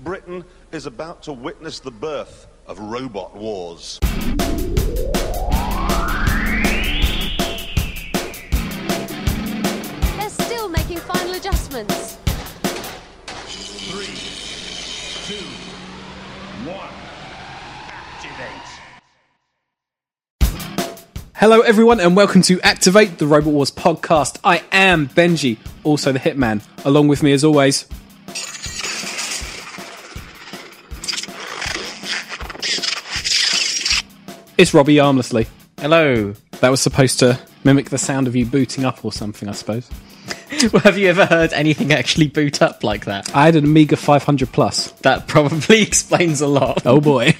Britain is about to witness the birth of robot wars. They're still making final adjustments. Three, two, one. Activate. Hello, everyone, and welcome to Activate the Robot Wars podcast. I am Benji, also the Hitman. Along with me, as always, it's Robbie Armlessly. Hello. That was supposed to mimic the sound of you booting up or something, I suppose. Well, have you ever heard anything actually boot up like that? I had an Amiga 500 plus. That probably explains a lot. Oh boy.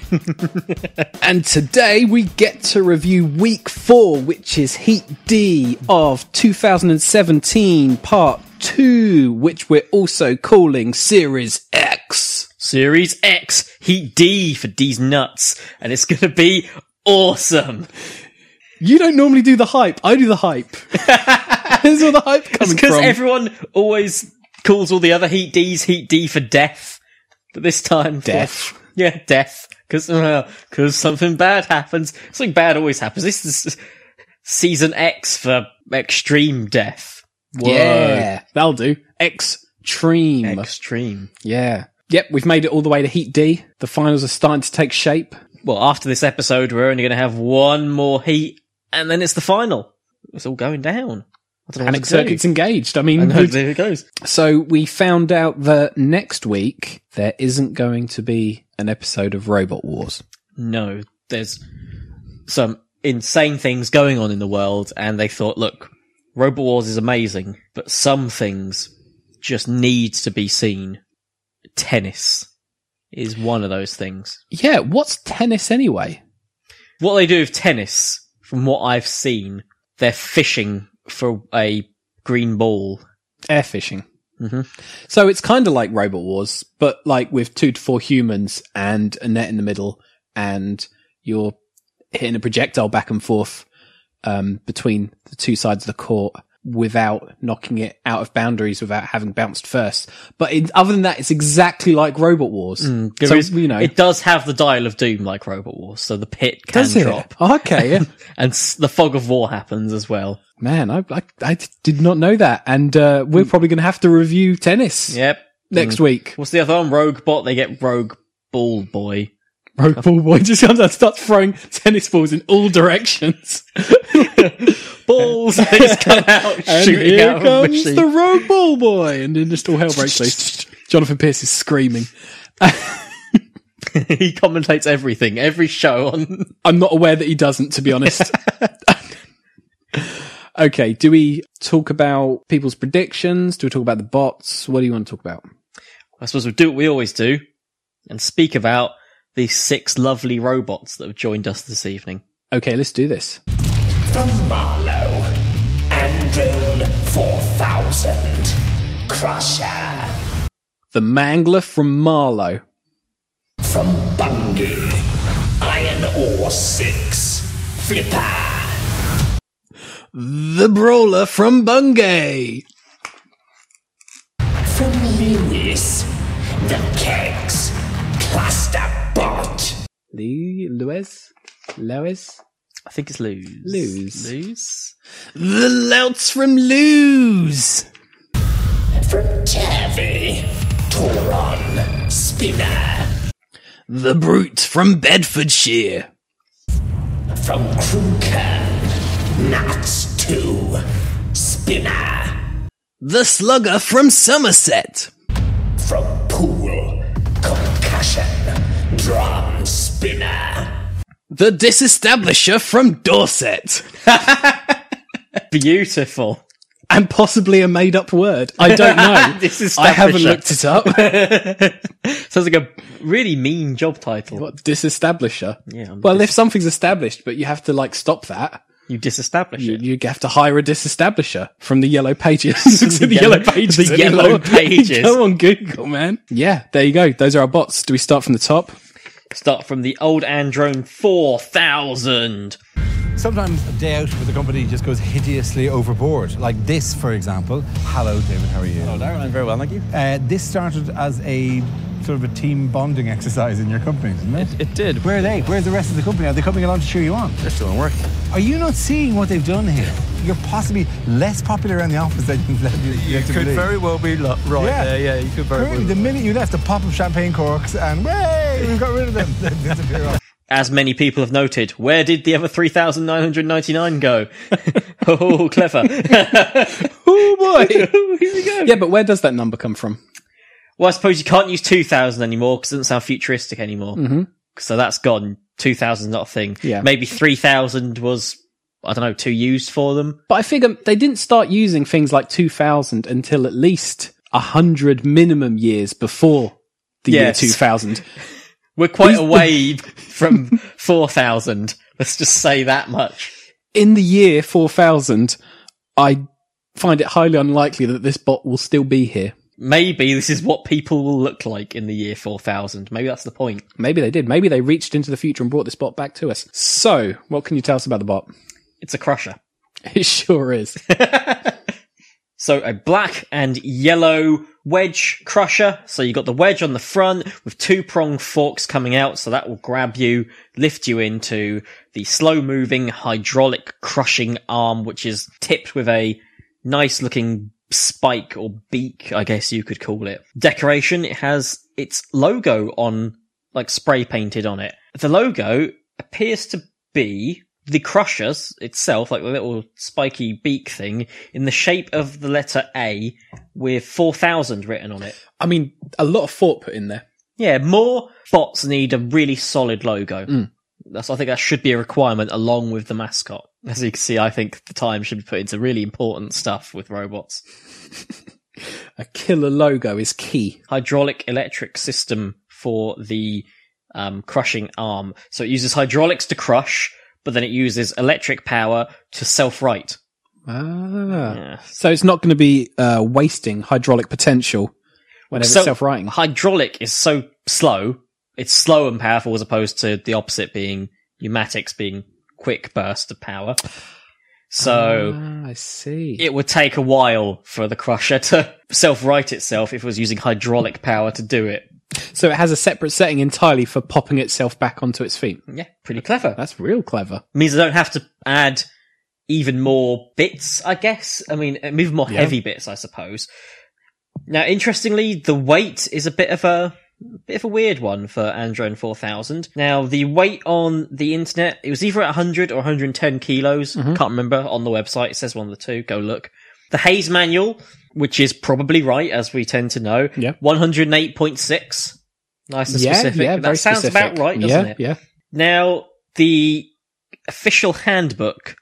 and today we get to review week four, which is Heat D of 2017, part two, which we're also calling Series X. Series X, Heat D for D's nuts, and it's gonna be awesome. You don't normally do the hype. I do the hype. Where's all the hype coming Because from? everyone always calls all the other Heat D's Heat D for death, but this time Death. yeah, death. Because something bad happens. Something bad always happens. This is season X for extreme death. Whoa. yeah, that'll do. Extreme. Extreme. yeah. Yep, we've made it all the way to Heat D. The finals are starting to take shape. well, after this episode, we're only going to have one more heat, and then it's the final. It's all going down. I don't Panic know what to do. Circuit's engaged. I mean, I know, who'd- there it goes. So we found out that next week there isn't going to be an episode of Robot Wars. No, there's some insane things going on in the world, and they thought, look, Robot Wars is amazing, but some things just need to be seen. Tennis is one of those things. Yeah, what's tennis anyway? what they do with tennis, from what I've seen, they're fishing for a green ball. Air fishing. Mm-hmm. So it's kind of like Robot Wars, but like with two to four humans and a net in the middle, and you're hitting a projectile back and forth um, between the two sides of the court without knocking it out of boundaries without having bounced first. But in, other than that, it's exactly like Robot Wars. so There is- you know. it does have the dial of doom like Robot Wars, so the pit can Does it? drop, Okay, yeah. and s- the fog of war happens as well. Man, I, I, I did not know that. And uh, we're probably going to have to review tennis Yep. next week. What's the other one? Rogue Bot. They get Rogue Ball Boy. Rogue ball boy just comes out and starts throwing tennis balls in all directions. Balls. they just come out And shooting here out of a comes machine. the rogue ball boy. And then just all hell breaks loose. Jonathan Pierce is screaming. he commentates everything, every show on. I'm not aware that he doesn't, to be honest. okay, do we talk about people's predictions? Do we talk about the bots? What do you want to talk about? I suppose we'll do what we always do, and speak about these six lovely robots that have joined us this evening. Okay, let's do this. From Marlow, Androne 4000, Crusher. The Mangler from Marlow. From Bungie, Iron Ore 6, Flipper. The Brawler from Bungay. From Lewis, The Kegs, Clusterbot. Lee, Lewis, Lois. I think it's lose. Lose. Lose. The Louts from Lose. From Tervey, Toron, Spinner. The Brute from Bedfordshire. From Kruken, Nuts 2, Spinner. The Slugger from Somerset. From Pool, Concussion, Drum Spinner. The Disestablisher from Dorset. Beautiful. And possibly a made up word. I don't know. Disestablisher. I haven't looked it up. Sounds like a really mean job title. what? Disestablisher? Yeah, I'm Well, if something's established, but you have to like stop that, You disestablish you, it. you have to hire a disestablisher from the Yellow Pages. Look at the, Yellow- Yellow Pages. the anymore. Yellow Pages. Go on Google, man. Yeah, there you go. Those are our bots. Do we start from the top? Start from the old Androne 4000. Sometimes a day out with the company just goes hideously overboard. Like this, for example. Hello, David. How are you? Hello, Darren. I'm very well, thank you. Uh, this started as a sort of a team bonding exercise in your company, isn't it? It, it did. Where are they? Where's the rest of the company? Are they coming along to cheer you on? They're still in work. Are you not seeing what they've done here? You're possibly less popular around the office than you've led you, You led to could believe. very well be lo- right Yeah. there. Yeah, you could very Currently, the well. minute you left, a pop of champagne corks and way, we've got rid of them. They disappear off. As many people have noted, where did the other 3,999 go? oh, clever. Oh boy! Here we go. yeah, but where does that number come from? Well, I suppose you can't use 2000 anymore because it doesn't sound futuristic anymore. Mm-hmm. So that's gone. 2000's not a thing. Yeah. Maybe 3000 was, I don't know, too used for them. But I figure they didn't start using things like 2000 until at least 100 minimum years before the Yes. year 2000. We're quite away from 4000. Let's just say that much. In the year 4000, I find it highly unlikely that this bot will still be here. Maybe this is what people will look like in the year 4000. Maybe that's the point. Maybe they did. Maybe they reached into the future and brought this bot back to us. So, what can you tell us about the bot? It's a crusher. It sure is. So a black and yellow wedge crusher. So you got the wedge on the front with two prong forks coming out. So that will grab you, lift you into the slow moving hydraulic crushing arm, which is tipped with a nice looking spike or beak, I guess you could call it. Decoration. It has its logo on, like spray painted on it. The logo appears to be the crushers itself, like the little spiky beak thing, in the shape of the letter A with 4000 written on it. I mean, a lot of thought put in there. Yeah, more bots need a really solid logo. That's, I think that should be a requirement along with the mascot. As you can see, I think the time should be put into really important stuff with robots. A killer logo is key. hydraulic electric system for the um, crushing arm. So it uses hydraulics to crush, but then it uses electric power to self right. Ah. So it's not going to be uh, wasting hydraulic potential whenever it's self writing. Hydraulic is so slow. It's slow and powerful as opposed to the opposite being pneumatics being quick burst of power. So Ah, I see. it would take a while for the crusher to self right itself if it was using hydraulic power to do it. so it has a separate setting entirely for popping itself back onto its feet. Yeah, pretty clever. That's real clever. means I don't have to add even more bits, I guess. I mean, uh, even more heavy bits, I suppose. Now, interestingly, the weight is a bit of a bit of a weird one for Androne 4000. Now, the weight on the internet, it was either at 100 or 110 kilos. Mm-hmm. Can't remember on the website. It says one of the two. Go look. The Hayes manual, which is probably right, as we tend to know. Yeah. 108.6. Nice and yeah, specific. yeah, very that sounds specific. about right, doesn't yeah, it? Yeah, Now, the official handbook,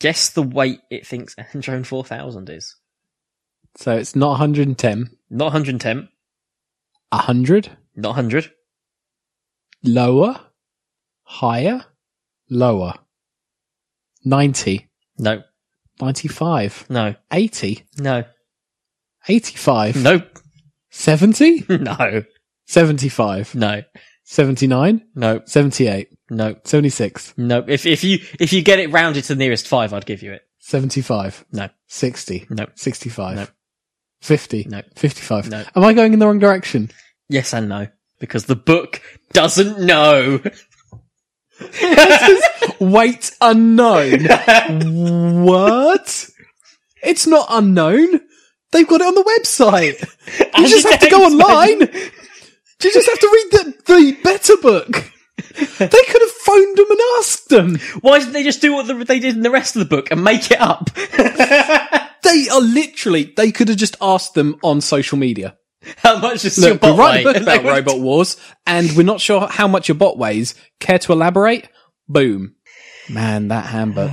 guess the weight it thinks Androne 4000 is. So it's not 110, Not 110, 100, not 100. lower, higher, lower, 90, No, 95, no, 80, no, 85, nope, 70, no, 75, no, 79, no, 78, no, 76, no. If, if you, if you get it rounded to the nearest five, I'd give you it. 75, No, 60, No. 65, No. 50, No. 55. No. Am I going in the wrong direction? yes and no, because the book doesn't know. Wait, unknown. what? It's not unknown. They've got it on the website. You just have to go online. You just have to read the, the better book. They could have phoned them and asked them. Why didn't they just do what the, they did in the rest of the book and make it up? They are literally, they could have just asked them on social media. How much is your Look, we bot write a weight? book about Robot Wars and we're not sure how much your bot weighs. Care to elaborate? Boom. Man, that handbook.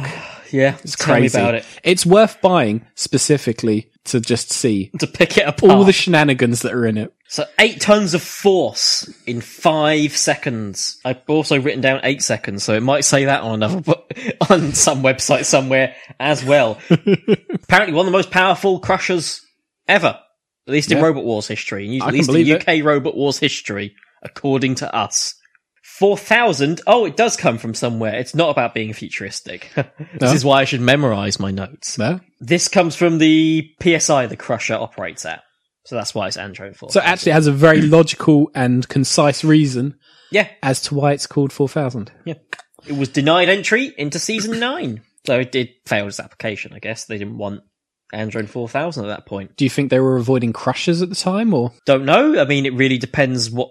Yeah, it's Tell me crazy. about it. It's worth buying specifically to just see to pick it up. all the shenanigans that are in it. so eight tons of force in five seconds. I've also written down eight seconds, so it might say that on another bo- on some website somewhere as well. Apparently, one of the most powerful crushers ever, at least in Yeah. Robot Wars history, and I at can least in believe it. UK Robot Wars history, according to us. Four thousand. Oh, it does come from somewhere. It's not about being futuristic. this is why I should memorize my notes. No? This comes from the PSI the Crusher operates at. So that's why it's Android So 4000. it actually has a very logical and concise reason yeah, as to why it's called 4000. yeah. It was denied entry into season nine. So it did fail its application, I guess. They didn't want Android 4000 at that point. Do you think they were avoiding crushes at the time or? Don't know. I mean, it really depends what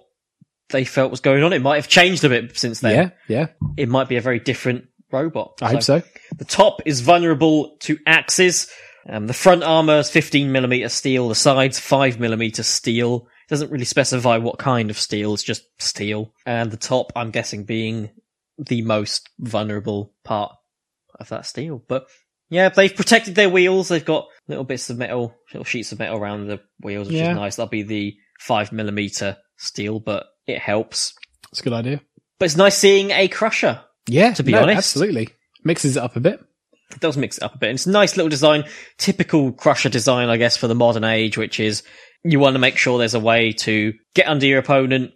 they felt was going on. It might have changed a bit since Yeah, then. yeah. It might be a very different robot. I hope so. The top is vulnerable to axes. Um, the front armor is 15 millimeter steel. The sides 5 millimeter steel. It doesn't really specify what kind of steel. It's just steel. And the top, I'm guessing, being the most vulnerable part of that steel. But yeah, they've protected their wheels. They've got little bits of metal, little sheets of metal around the wheels, which Yeah. is nice. That'll be the 5 millimeter steel, but it helps. It's a good idea. But it's nice seeing a crusher. Yeah, To be no, honest. absolutely mixes it up a bit. it does mix it up a bit. And it's a nice little design, typical Crusher design, I guess, for the modern age, which is you want to make sure there's a way to get under your opponent,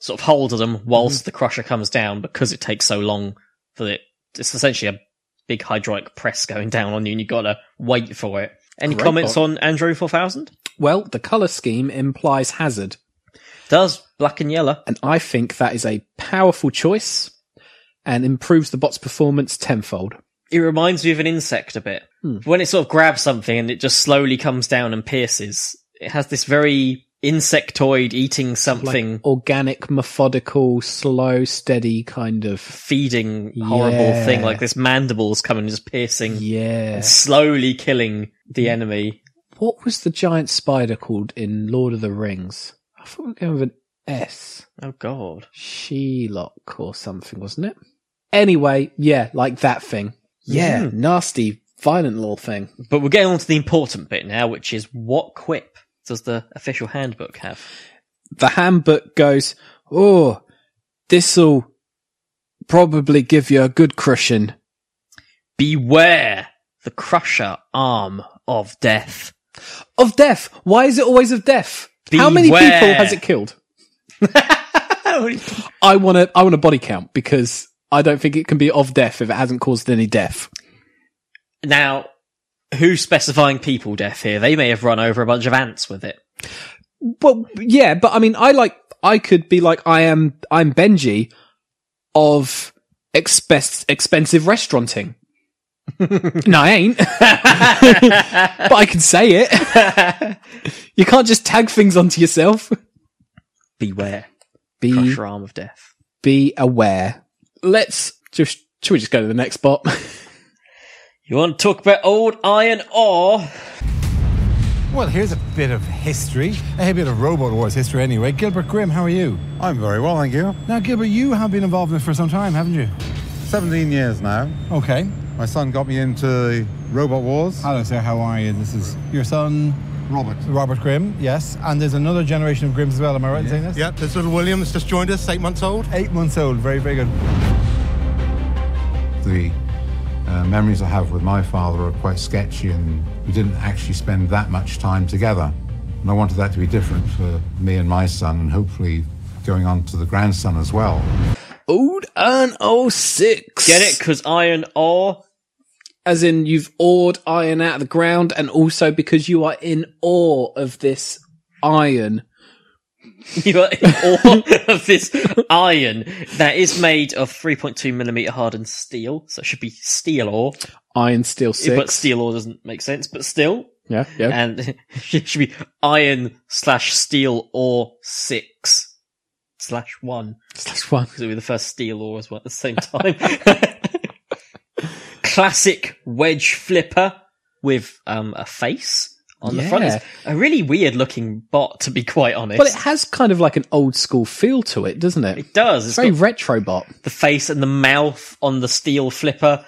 sort of hold of them whilst the Crusher comes down because it takes so long for it. It's essentially a big hydraulic press going down on you and you got to wait for it. Any Great comments bot. on Andrew 4000? Well, the color scheme implies hazard, Does black and yellow. and I think that is a powerful choice and improves the bot's performance tenfold. It reminds me of an insect a bit. When it sort of grabs something and it just slowly comes down and pierces, it has this very insectoid eating something. Organic, methodical, slow, steady kind of. feeding horrible Yeah. thing like this mandibles coming and just piercing Yeah. Mm. slowly killing the enemy What was the giant spider called in Lord of the Rings? I thought we were going with an S. oh god Shelock or something, wasn't it? Anyway, yeah, like that thing. Yeah, nasty, violent little thing. but we're getting on to the important bit now which is what quip does the official handbook have the handbook goes, Oh, this'll probably give you a good crushing. beware the crusher arm of death Of death. Why is it always of death? How many people Beware. has it killed? I want to, I want a body count because I don't think it can be of death if it hasn't caused any death. now who's specifying people death here they may have run over a bunch of ants with it Well, yeah, but I mean, I like, I could be like, I am, I'm Benji of expense, expensive restauranting. no, I ain't, but I can say it. you can't just tag things onto yourself. beware Be, crusher arm of death be aware. Let's just, should we just go to the next spot? you want to talk about old iron ore Well, here's a bit of history, a bit of Robot Wars history anyway. Gilbert Grimm, how are you? I'm very well, thank you. Now, Gilbert, you have been involved in it for some time, haven't you? 17 years now. Okay. My son got me into Robot Wars. Hello, sir. How are you? This is your son, Robert. Robert Grimm. Yes. And there's another generation of Grimms as well. Am I right in saying this? Yep, this little William's just joined us, eight months old. Eight months old. Very, very good. the uh, memories I have with my father are quite sketchy, and we didn't actually spend that much time together. And I wanted that to be different for me and my son, and hopefully going on to the grandson as well. Old Iron 06. get it because iron ore As in, you've awed iron out of the ground, and also because you are in awe of this iron. You are in awe of this iron that is made of 3.2 millimeter hardened steel, so it should be steel ore, Iron Steel 6. but steel ore doesn't make sense, but still. Yeah, yeah. And it should be iron slash steel ore six slash one, Slash one. because it'll be the first steel ore as well at the same time. Classic wedge flipper with um, a face on the front. Yeah. It's a really weird looking bot, to be quite honest. But it has kind of like an old school feel to it, doesn't it? It does. It's It's very got- retro bot. the face and the mouth on the steel flipper.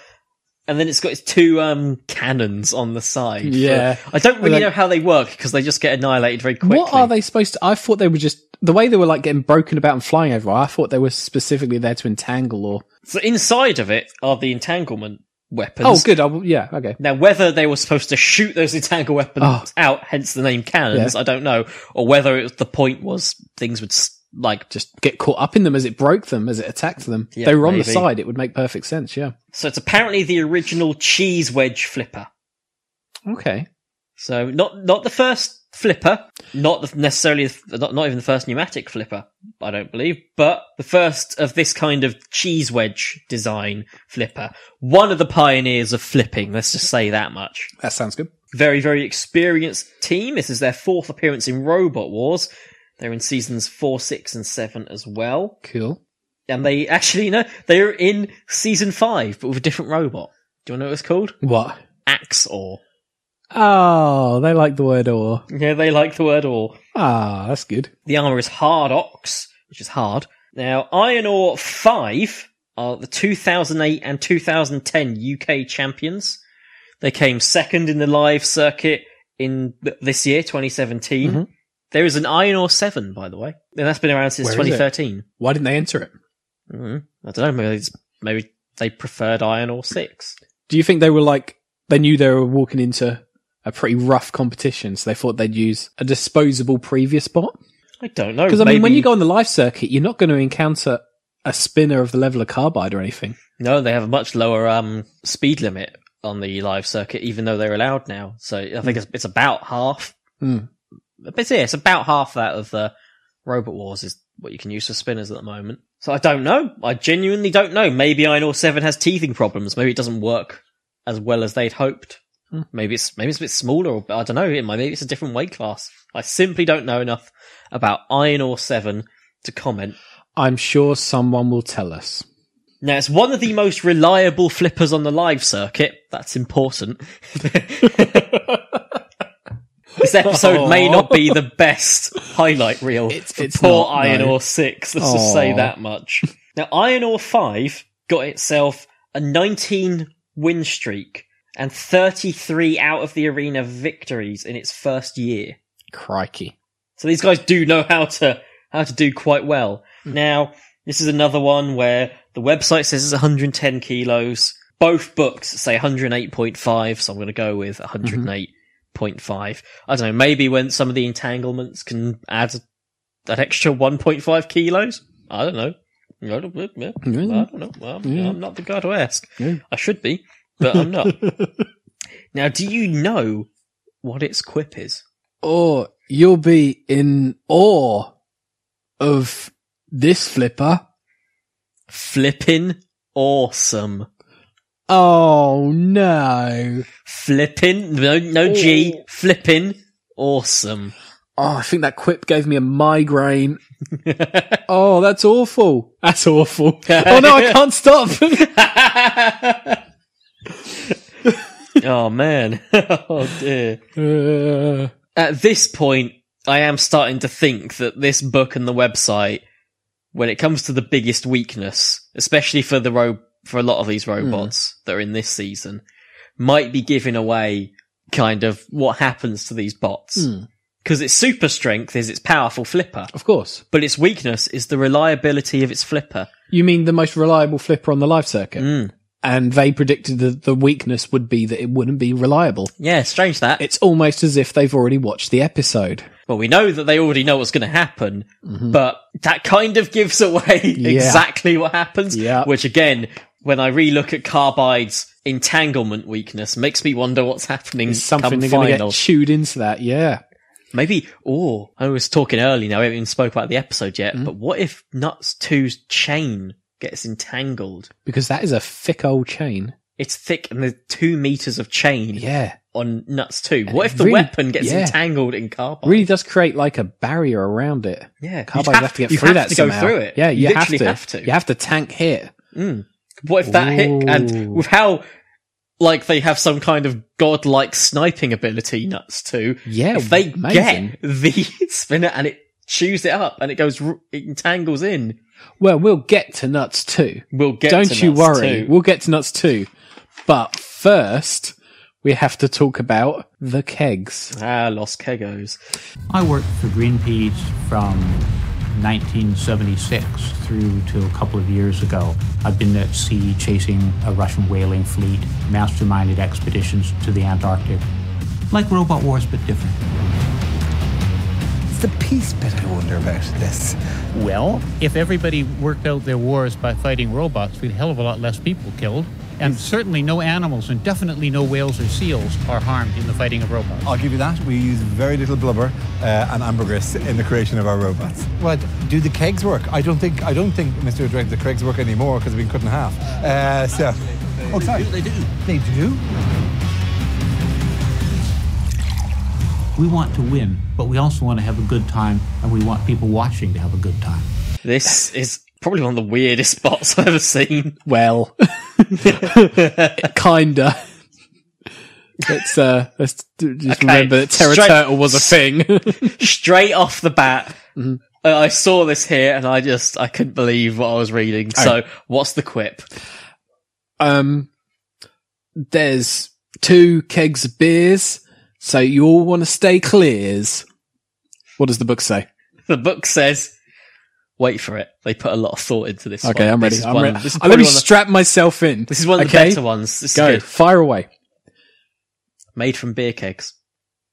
And then it's got its two um, cannons on the side. Yeah. I don't really Like- know how they work because they just get annihilated very quickly. What are they supposed to? I thought they were just the way they were like getting broken about and flying everywhere. I thought they were specifically there to entangle or. So inside of it are the entanglement weapons. Oh, good. I will yeah. Okay. Now, whether they were supposed to shoot those entangle weapons Oh. out, hence the name cannons, Yeah. I don't know, or whether it was, the point was things would s- like just. Just get caught up in them as it broke them, as it attacked them. Yeah, they were on the maybe. side. It would make perfect sense. Yeah. So it's apparently the original cheese wedge flipper. Okay. So not not the first flipper, not the- necessarily the- not, not even the first pneumatic flipper, I don't believe, but the first of this kind of cheese wedge design flipper. One of the pioneers of flipping. Let's just say that much. That sounds good. Very very experienced team. This is their fourth appearance in Robot Wars. They're in seasons four, six, and seven as well. Cool. And they actually, no, they're in season five, but with a different robot. Do you want to know what it's called? What? Axe Or. Oh, they like the word or. Yeah, they like the word or. Ah, that's good. The armor is hard ox, which is hard. Now, Iron Ore 5 are the 2008 and 2010 UK champions. They came second in the live circuit in th- this year, 2017. Mm-hmm. There is an Iron Ore 7, by the way. And that's been around since Where is it? 2013. Why didn't they enter it? Mhm. I don't know, maybe, it's, maybe they preferred Iron Ore 6. Do you think they were like, they knew they were walking into a pretty rough competition, so they thought they'd use a disposable preview spot? I don't know. Because, I mean, when maybe- you go on the live circuit, you're not going to encounter a spinner of the level of carbide or anything. No, they have a much lower um, speed limit on the live circuit, even though they're allowed now. So I think it's, it's about half. Mm. But yeah, it's about half that of the Robot Wars is what you can use for spinners at the moment. So I don't know. I genuinely don't know. Maybe Iron Ore 7 has teething problems. Maybe it doesn't work as well as they'd hoped. Maybe it's maybe it's a bit smaller, or I don't know. It might, maybe it's a different weight class. I simply don't know enough about Iron Ore 7 to comment. I'm sure someone will tell us. Now, it's one of the most reliable flippers on the live circuit. That's important. this episode may not be the best highlight reel It's- for it's poor not, Iron no. Ore 6. Let's just say Aw. that much. Now, Iron Ore 5 got itself a 19 win streak and 33 out of the arena victories in its first year. Crikey. So these guys do know how to how to do quite well. Now, this is another one where the website says it's 110 kilos. Both books say 108.5, so I'm going to go with 108.5. I don't know. Maybe when some of the entanglements can add an extra 1.5 kilos. I don't know. I don't know. Yeah, I don't know. Well, I'm not the guy to ask. I should be, but I'm not. now, do you know what its quip is? Or you'll be in awe of this flipper. Flippin' awesome. Oh no. Flippin', no, no G, flippin' awesome. Oh, I think that quip gave me a migraine. oh, that's awful. That's awful. oh no, I can't stop. oh man. oh dear. Uh, At this point, I am starting to think that this book and the website, when it comes to the biggest weakness, especially for the ro- for a lot of these robots that are in this season, might be giving away kind of what happens to these bots. Because its super strength is its powerful flipper. of course. but its weakness is the reliability of its flipper. You mean the most reliable flipper on the live circuit? Hmm. And they predicted that the weakness would be that it wouldn't be reliable. Yeah, strange that. It's almost as if they've already watched the episode. well, we know that they already know what's going to happen, Mm-hmm. but that kind of gives away exactly what happens. Yeah. Which again, when I relook at Carbide's entanglement weakness, makes me wonder what's happening Something come they're going to final. get chewed into that. Yeah. Maybe. Oh, I was talking early now. We haven't even spoke about the episode yet. Mm-hmm. But what if Nuts 2's chain gets entangled? Because that is a thick old chain. It's thick and there's two meters of chain. Yeah. on nuts too. What it if the really- weapon gets yeah. entangled in carbide? Really does create like a barrier around it. Yeah, you'd Carbide have, have to get to- you'd through have that to go somehow. through it. Yeah, You you, have literally to. have to. You have to tank hit. What if that hit and Ooh. with how like they have some kind of godlike sniping ability nuts too? Yeah, if they amazing. get the spinner and it chews it up and it goes r- it entangles in, Well, we'll get to nuts too. we'll get. Don't to you Nuts worry. 2. We'll get to nuts too. But first, we have to talk about the kegs. Ah, lost kegos. I worked for Greenpeace from 1976 through to a couple of years ago. I've been at sea chasing a Russian whaling fleet, masterminded expeditions to the Antarctic. Like Robot Wars, but different. It's the peace bit I wonder about this. Well, if everybody worked out their wars by fighting robots, we'd hell of a lot less people killed. And certainly no animals and definitely no whales or seals are harmed in the fighting of robots. I'll give you that. We use very little blubber uh, and ambergris in the creation of our robots. Well, do the kegs work? I don't think I don't think Mr. Drake the kegs work anymore because we've been cut in half. Uh, so, oh, sorry. They do. They do. We want to win, but we also want to have a good time, and we want people watching to have a good time. This is probably one of the weirdest spots I've ever seen. Well, kinda. Let's uh, let's d- just Okay, remember that Terra straight- Turtle was a thing. Straight off the bat, Mm-hmm. I I saw this here and I just I couldn't believe what I was reading. So, Oh. what's the quip? um, there's two kegs of beers, so you all want to stay clears. What does the book say? The book says, "Wait for it." They put a lot of thought into this. Okay, one. I'm ready. This is I'm one- ready. this is Uh, Let probably me one of the- strap myself in. This is one of the okay? better ones. This is Go, good. fire away. Made from beer kegs.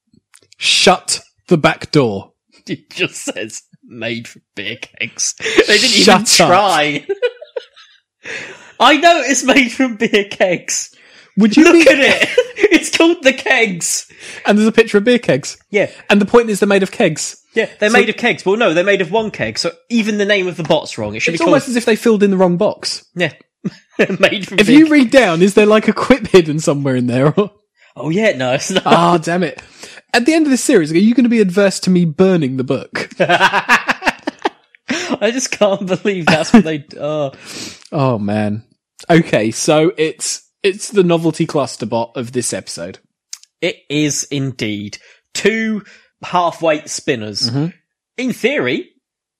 Shut the back door. It just says made from beer kegs. They didn't even Shut up. try. I know it's made from beer kegs. Would you Look be- at it. It's called the kegs. And there's a picture of beer kegs. Yeah, And the point is they're made of kegs. yeah. They're So- made of kegs. Well, no, they're made of one keg. So even the name of the bot's wrong. It should It's be almost called as if they filled in the wrong box. yeah. made from If beer you ke- read down, is there like a quip hidden somewhere in there? oh yeah, no, it's not. Ah, damn it. At the end of this series, are you going to be adverse to me burning the book? I just can't believe that's what they. Oh, Oh man. Okay, so it's it's the novelty cluster bot of this episode. it is indeed two half weight spinners. Mm-hmm. In theory,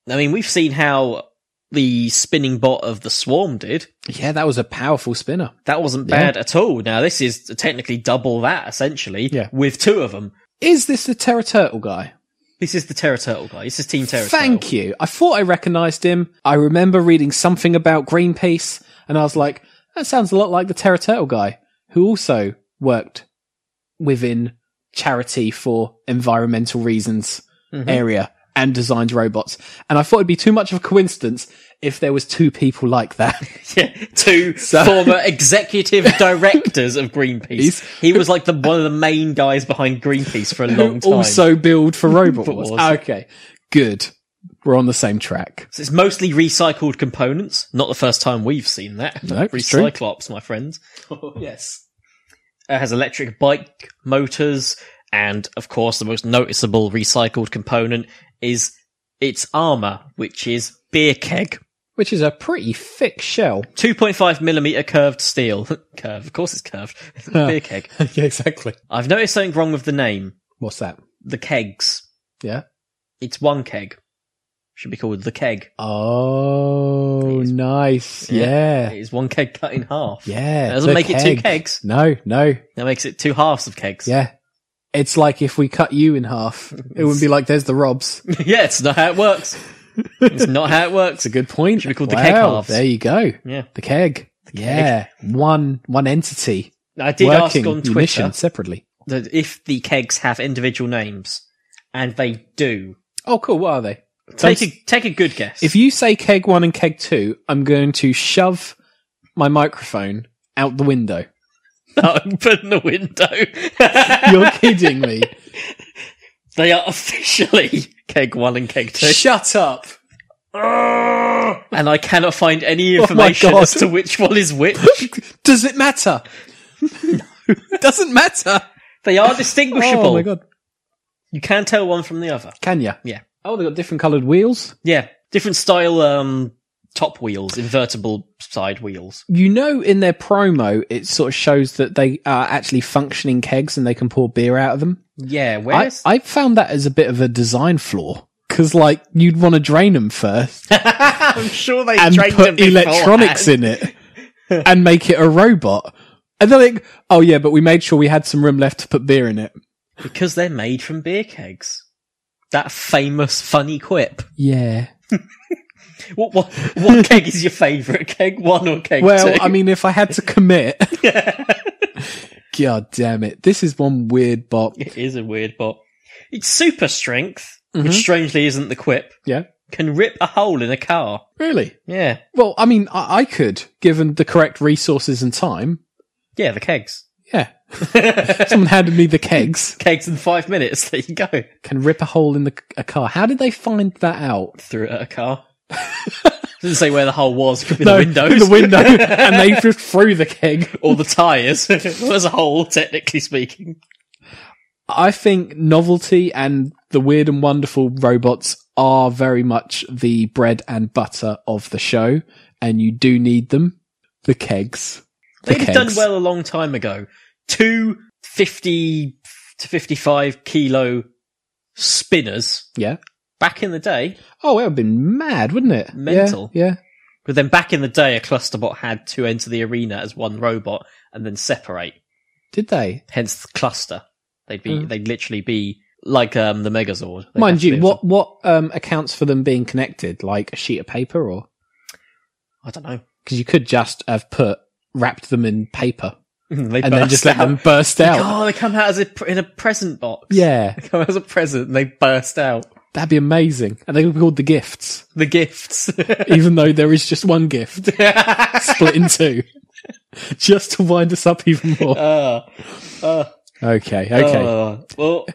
I mean, we've seen how the spinning bot of the swarm did. Yeah, that was a powerful spinner. That wasn't bad at all. Now this is technically double that essentially. Yeah. With two of them. Is this the Terra Turtle guy? This is the Terra Turtle guy. This is Team Terra Thank Turtle. you. I thought I recognized him. I remember reading something about Greenpeace and I was like, that sounds a lot like the Terra Turtle guy who also worked within charity for environmental reasons area and designed robots. And I thought it'd be too much of a coincidence if there was two people like that. Yeah, two former executive directors of Greenpeace. He was like the one of the main guys behind Greenpeace for a long time. also build for Robot For Wars. Wars. Okay, good. We're on the same track. So it's mostly recycled components. Not the first time we've seen that. No, it's true. Recyclops, my friend. yes. It has electric bike motors, and of course, the most noticeable recycled component is its armor, which is beer keg. Which is a pretty thick shell. 2.5 millimeter curved steel. Curve. Of course it's curved. beer keg. yeah, exactly. I've noticed something wrong with the name. What's that? The kegs. Yeah. It's one keg. Should be called the keg. Oh, nice. Yeah. It is one keg cut in half. Yeah. That doesn't the make it two keg. kegs. No, no. That makes it two halves of kegs. Yeah. It's like if we cut you in half, it wouldn't be like there's the Robs. yeah, it's not how it works. it's not how it works. It's a good point. Should be called the keg halves. There you go. Yeah. The keg. Yeah. One one entity I did ask working on Twitter mission separately. that if the kegs have individual names, and they do. Oh, cool. What are they? Take a, take a good guess. If you say keg one and keg two, I'm going to shove my microphone out the window. open the window, You're kidding me. they are officially keg one and keg two. Shut up. and I cannot find any Oh my information God. as to which one is which. Does it matter? Doesn't matter. they are distinguishable. Oh my god. You can tell one from the other. Can you? Yeah. Oh, they've got different coloured wheels. Yeah, different style um top wheels, invertible side wheels. You know, in their promo, it sort of shows that they are actually functioning kegs and they can pour beer out of them. Yeah, I, where's I found that as a bit of a design flaw. Because, like, you'd want to drain them first I'm sure they and trained put them electronics beforehand. in it and make it a robot. And they're like, oh yeah, but we made sure we had some room left to put beer in it. because they're made from beer kegs. That famous funny quip. Yeah. What what, what keg is your favourite keg? One or keg Well, two? I mean, if I had to commit. God damn it. This is one weird bot. Mm-hmm. it is a weird bot. It's super strength, which strangely isn't the quip Yeah. can rip a hole in a car. Really? Yeah. Well, I mean, I, I could, given the correct resources and time. Yeah, the kegs. Yeah. Someone handed me the kegs. Kegs in five minutes. There you go. Can rip a hole in the a car. How did they find that out? Threw it at a car. Didn't say where the hole was. Could be the windows. in the window, and they just threw the keg. or the tyres. There's a hole, technically speaking. I think novelty and the weird and wonderful robots are very much the bread and butter of the show, and you do need them. The kegs. The They'd have done well a long time ago. Two 50 to 55 kilo spinners Yeah. back in the day. Oh, it would have been mad, wouldn't it? Yeah, Mental. Yeah. But then back in the day, a clusterbot had to enter the arena as one robot and then separate. Did they? Hence the cluster. They'd be, they'd literally be like, um, the Megazord. They'd Hmm. Mind actually you, be- what what um, accounts for them being connected? Like a sheet of paper, or I don't know. because you could just have put wrapped them in paper they and then burst just let out. them burst out. Oh, they come out as a, pr- in a present box. Yeah, They come out as a present and they burst out. that'd be amazing. And they would be called the gifts, The gifts. even though there is just one gift split in two, just to wind us up even more. okay, okay. Uh, Oh, well,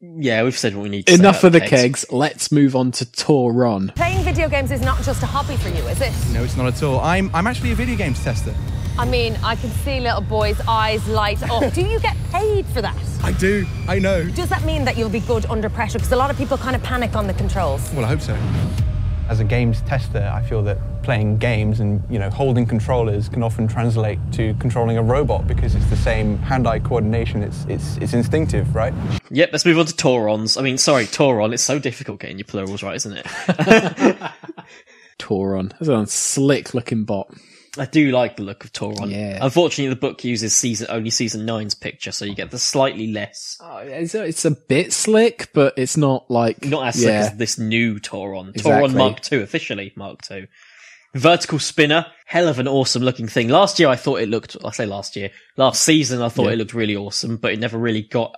yeah, we've said what we need to say Enough about of the kegs. Let's move on to Toron. Playing video games is not just a hobby for you, is it? No, it's not at all. I'm, I'm actually a video games tester. I mean, I can see little boys' eyes light up. Do you get paid for that? I do. I know. Does that mean that you'll be good under pressure? Because a lot of people kind of panic on the controls. Well, I hope so. As a games tester, I feel that playing games and you know holding controllers can often translate to controlling a robot because it's the same hand-eye coordination. It's it's it's instinctive, right? Yep, let's move on to Taurons. I mean, sorry, Tauron. It's so difficult getting your plurals right, isn't it? Toron. That's a slick looking bot. I do like the look of Tauron. Yeah. Unfortunately, the book uses season only season nine's picture, so you get the slightly less, Oh, It's a, it's a bit slick, but it's not like not as yeah. slick as this new Tauron. Exactly. Tauron Mark II, officially Mark II. Vertical spinner, hell of an awesome looking thing. Last year, I thought it looked. I say last year, last season, I thought Yeah. it looked really awesome, but it never really got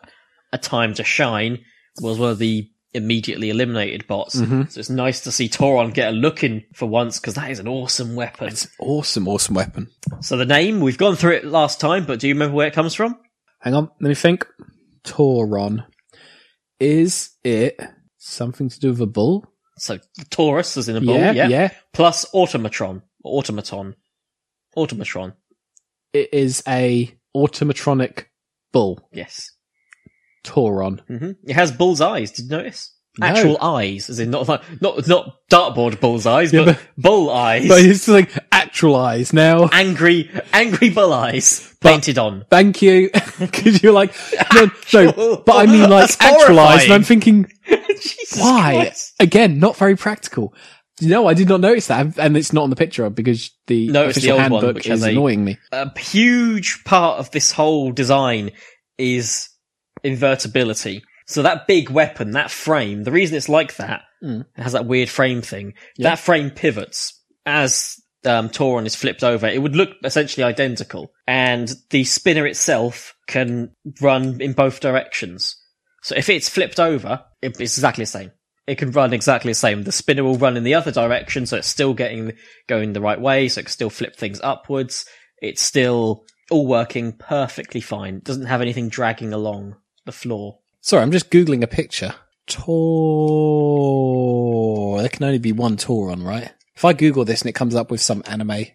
a time to shine. It Was one of the immediately eliminated bots. Mm-hmm. So it's nice to see Tauron get a look in for once because that is an awesome weapon. It's awesome, awesome weapon. So the name, we've gone through it last time, but do you remember where it comes from? Hang on, let me think. Toron. Is it something to do with a bull? So Taurus is in a bull, Yeah, yeah, yeah. Plus automatron, automaton, automatron. It is a automatronic bull. Yes, Toron. hmm it has bull's eyes. Did you notice? No. Actual eyes, as in not like- not not dartboard bull's eyes, Yeah, but, bull eyes. But it's like actualized now. angry, angry bull eyes painted on. Thank you. Because you're like, no, no, but I mean like That's actualized. And I'm horrifying. thinking, Jesus why? Christ. Again, not very practical. No, I did not notice that. And it's not on the picture because the No, it's the official old one, handbook which is has a- annoying me. a huge part of this whole design is invertibility. So that big weapon, that frame, the reason it's like that, it has that weird frame thing. That frame pivots as um, Toron is flipped over. It would look essentially identical, and the spinner itself can run in both directions. So if it's flipped over, it- it's exactly the same. It can run exactly the same. The spinner will run in the other direction, so it's still getting going the right way. So it can still flip things upwards. It's still all working perfectly fine. It doesn't have anything dragging along the floor. Sorry, I'm just googling a picture. Tor. There can only be one Toron, right? If I Google this and it comes up with some anime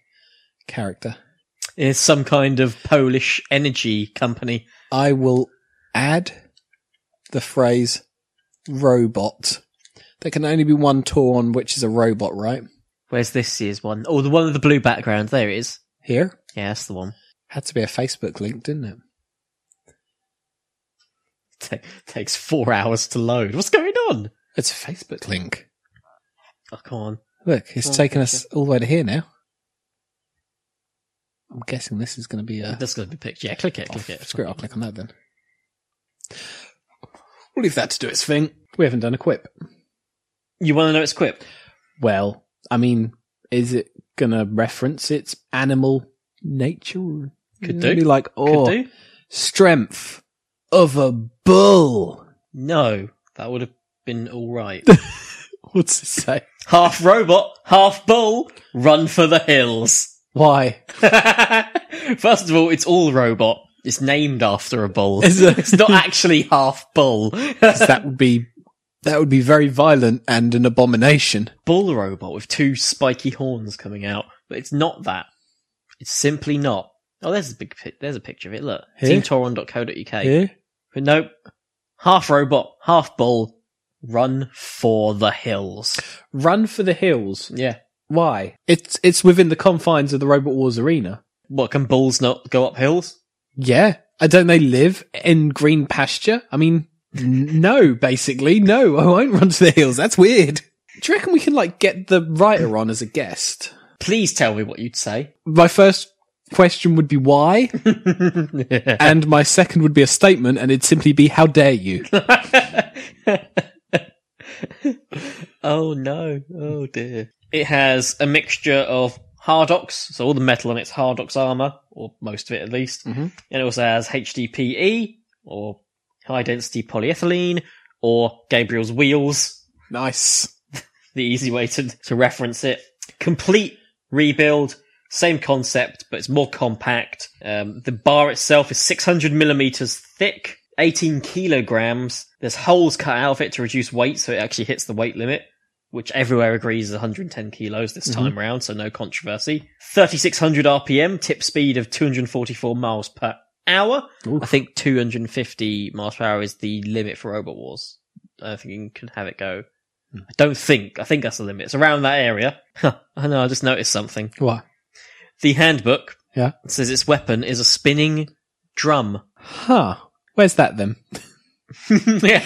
character, It's some kind of Polish energy company. I will add the phrase robot. There can only be one Toron, which is a robot, right? Where's this year's one? Oh, the one with the blue background. There it is. Here Yeah, that's the one. had to be a Facebook link, didn't it? Ta takes four hours to load. What's going on? It's a Facebook link. Oh, come on. Look, it's Oh, taken us all the way to here now. I'm guessing this is going to be a. That's going to be picked. Yeah, click it, Oh, click it. Screw it, I'll click on that then. We'll leave that to do its thing. We haven't done a quip. You want to know its quip? Well, I mean, is it gonna reference its animal nature? Could It'd do. Be like, oh, Could do? strength of a bull. No, that would have been all right. What's it say? Half robot, half bull, run for the hills. Why? First of all, it's all robot. It's named after a bull. Is it? It's not actually half bull. 'Cause that would be that would be very violent and an abomination. Bull robot with two spiky horns coming out, but it's not that. It's simply not. Oh, there's a big pic- there's a picture of it. Look, Here? teamtoron.co.uk. Here? But nope, half robot, half bull. Run for the hills. Run for the hills. Yeah. Why? It's it's within the confines of the Robot Wars arena. What can bulls not go up hills? Yeah. Uh, Don't they live in green pasture? I mean, n- no, basically, no. I won't run to the hills. That's weird. Do you reckon we can like get the writer on as a guest? Please tell me what you'd say. My first question would be why, and my second would be a statement, and it'd simply be how dare you. Oh no. Oh dear. It has a mixture of Hardox, so all the metal on it's Hardox armor, or most of it at least. Mhm. And it also has HDPE, E, or high density polyethylene, or Gabriel's wheels. Nice. the easy way to, to reference it. Complete rebuild. Same concept, but it's more compact. Um, the bar itself is 600 millimeters thick, 18 kilograms. There's holes cut out of it to reduce weight, so it actually hits the weight limit, which everywhere agrees is 110 kilos this time Mhm. round, so no controversy. 3600 RPM, tip speed of 244 miles per hour. I think 250 miles per hour is the limit for Robot Wars. I don't think you can have it go. I don't think. I think that's the limit. It's around that area. Huh, I know. I just noticed something. Why? The handbook Yeah. says its weapon is a spinning drum. Huh. Where's that then? yeah.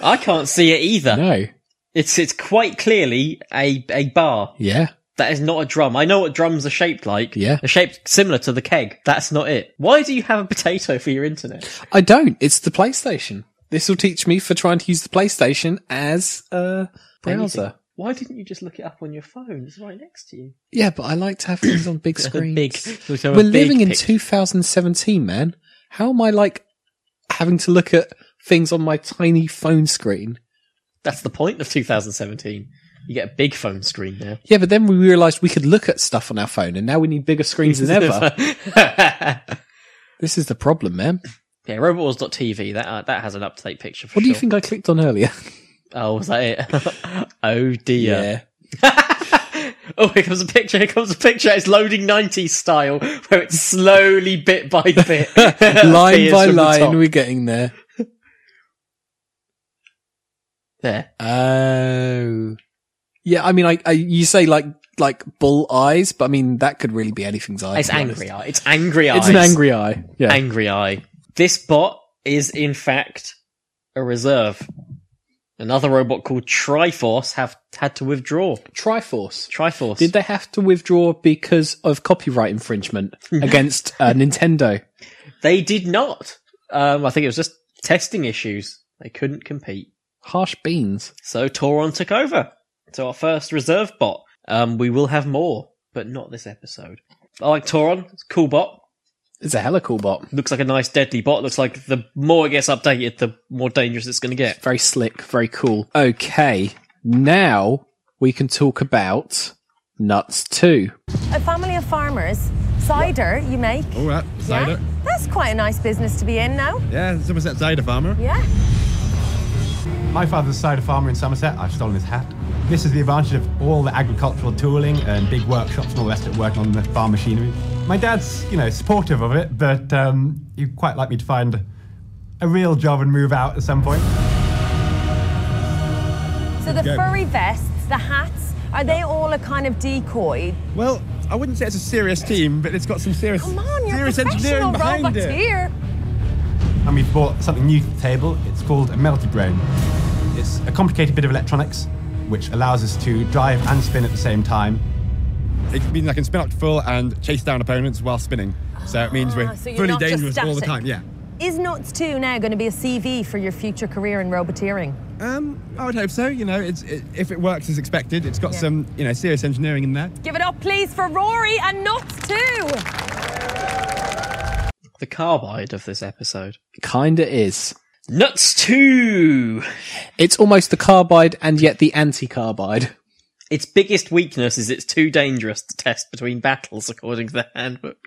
I can't see it either. No. It's it's quite clearly a a bar. Yeah. That is not a drum. I know what drums are shaped like. Yeah. They're shaped similar to the keg. That's not it. Why do you have a potato for your internet? I don't. It's the PlayStation. This will teach me for trying to use the PlayStation as a browser. Anything. Why didn't you just look it up on your phone? It's right next to you. Yeah, but I like to have things on big A screens. big- we should have We're a big living in picture. 2017, man. How am I like having to look at things on my tiny phone screen? That's the point of 2017. You get a big phone screen now. Yeah, but then we realized we could look at stuff on our phone and now we need bigger screens than ever. this is the problem, man. Yeah, robotwars.tv. That uh, that has an up to date picture. For What do you sure. think I clicked on earlier? Oh, was that it? oh dear. oh, here comes a picture. Here comes a picture. It's loading 90s style, where it's slowly bit by bit, line appears by from the top. line, we're getting there. There. Oh. Yeah, I mean, I, I you say like like bull eyes, but I mean that could really be anything's eyes. It's angry eye. It's angry eyes. It's an angry eye. Yeah. Angry eye. This bot is in fact a reserve. Another robot called Triforce have had to withdraw. Triforce. Triforce. Did they have to withdraw because of copyright infringement against uh, Nintendo? They did not. Um, I think it was just testing issues. They couldn't compete. Harsh beans. So Toron took over. So our first reserve bot. Um, we will have more, but not this episode. I like Toron. It's a cool bot. It's a hella cool bot. Looks like a nice deadly bot. Looks like the more it gets updated, the more dangerous it's going to get. Very slick, very cool. Okay, now we can talk about Nuts 2. A family of farmers. Cider you make. All right, cider. That's quite a nice business to be in now. Yeah, Somerset cider farmer. Yeah. My father's a cider farmer in Somerset. I've stolen his hat. This is the advantage of all the agricultural tooling and big workshops and all the rest that work on the farm machinery. My dad's, you know, supportive of it, but um, he'd quite like me to find a real job and move out at some point. So the Go. furry vests, the hats, are they all a kind of decoy? Well, I wouldn't say it's a serious team, but it's got some serious, Come on, you're a serious engineering professional behind it. roboteer. and we've brought something new to the table. It's called a melty brain. It's a complicated bit of electronics which allows us to drive and spin at the same time. It means I can spin up to full and chase down opponents while spinning. So it means Ah, so you're not just static. Is Nuts 2 now going to be a CV for your future career in roboteering? Um, I would hope so. You know, it's it, if it works as expected, it's got Yeah. some you know serious engineering in there. Give it up, please, for Rory and Nuts 2. The carbide of this episode. Kinda is. Nuts 2! It's almost the carbide and yet the anti carbide. Its biggest weakness is it's too dangerous to test between battles, according to the handbook.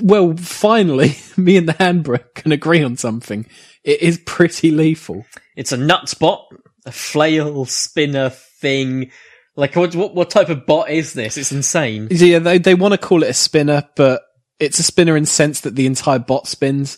Well, finally, me and the handbook can agree on something. It is pretty lethal. It's a nuts bot, a flail spinner thing. Like, what, what, what type of bot is this? It's insane. Yeah, they, they want to call it a spinner, but it's a spinner in sense that the entire bot spins.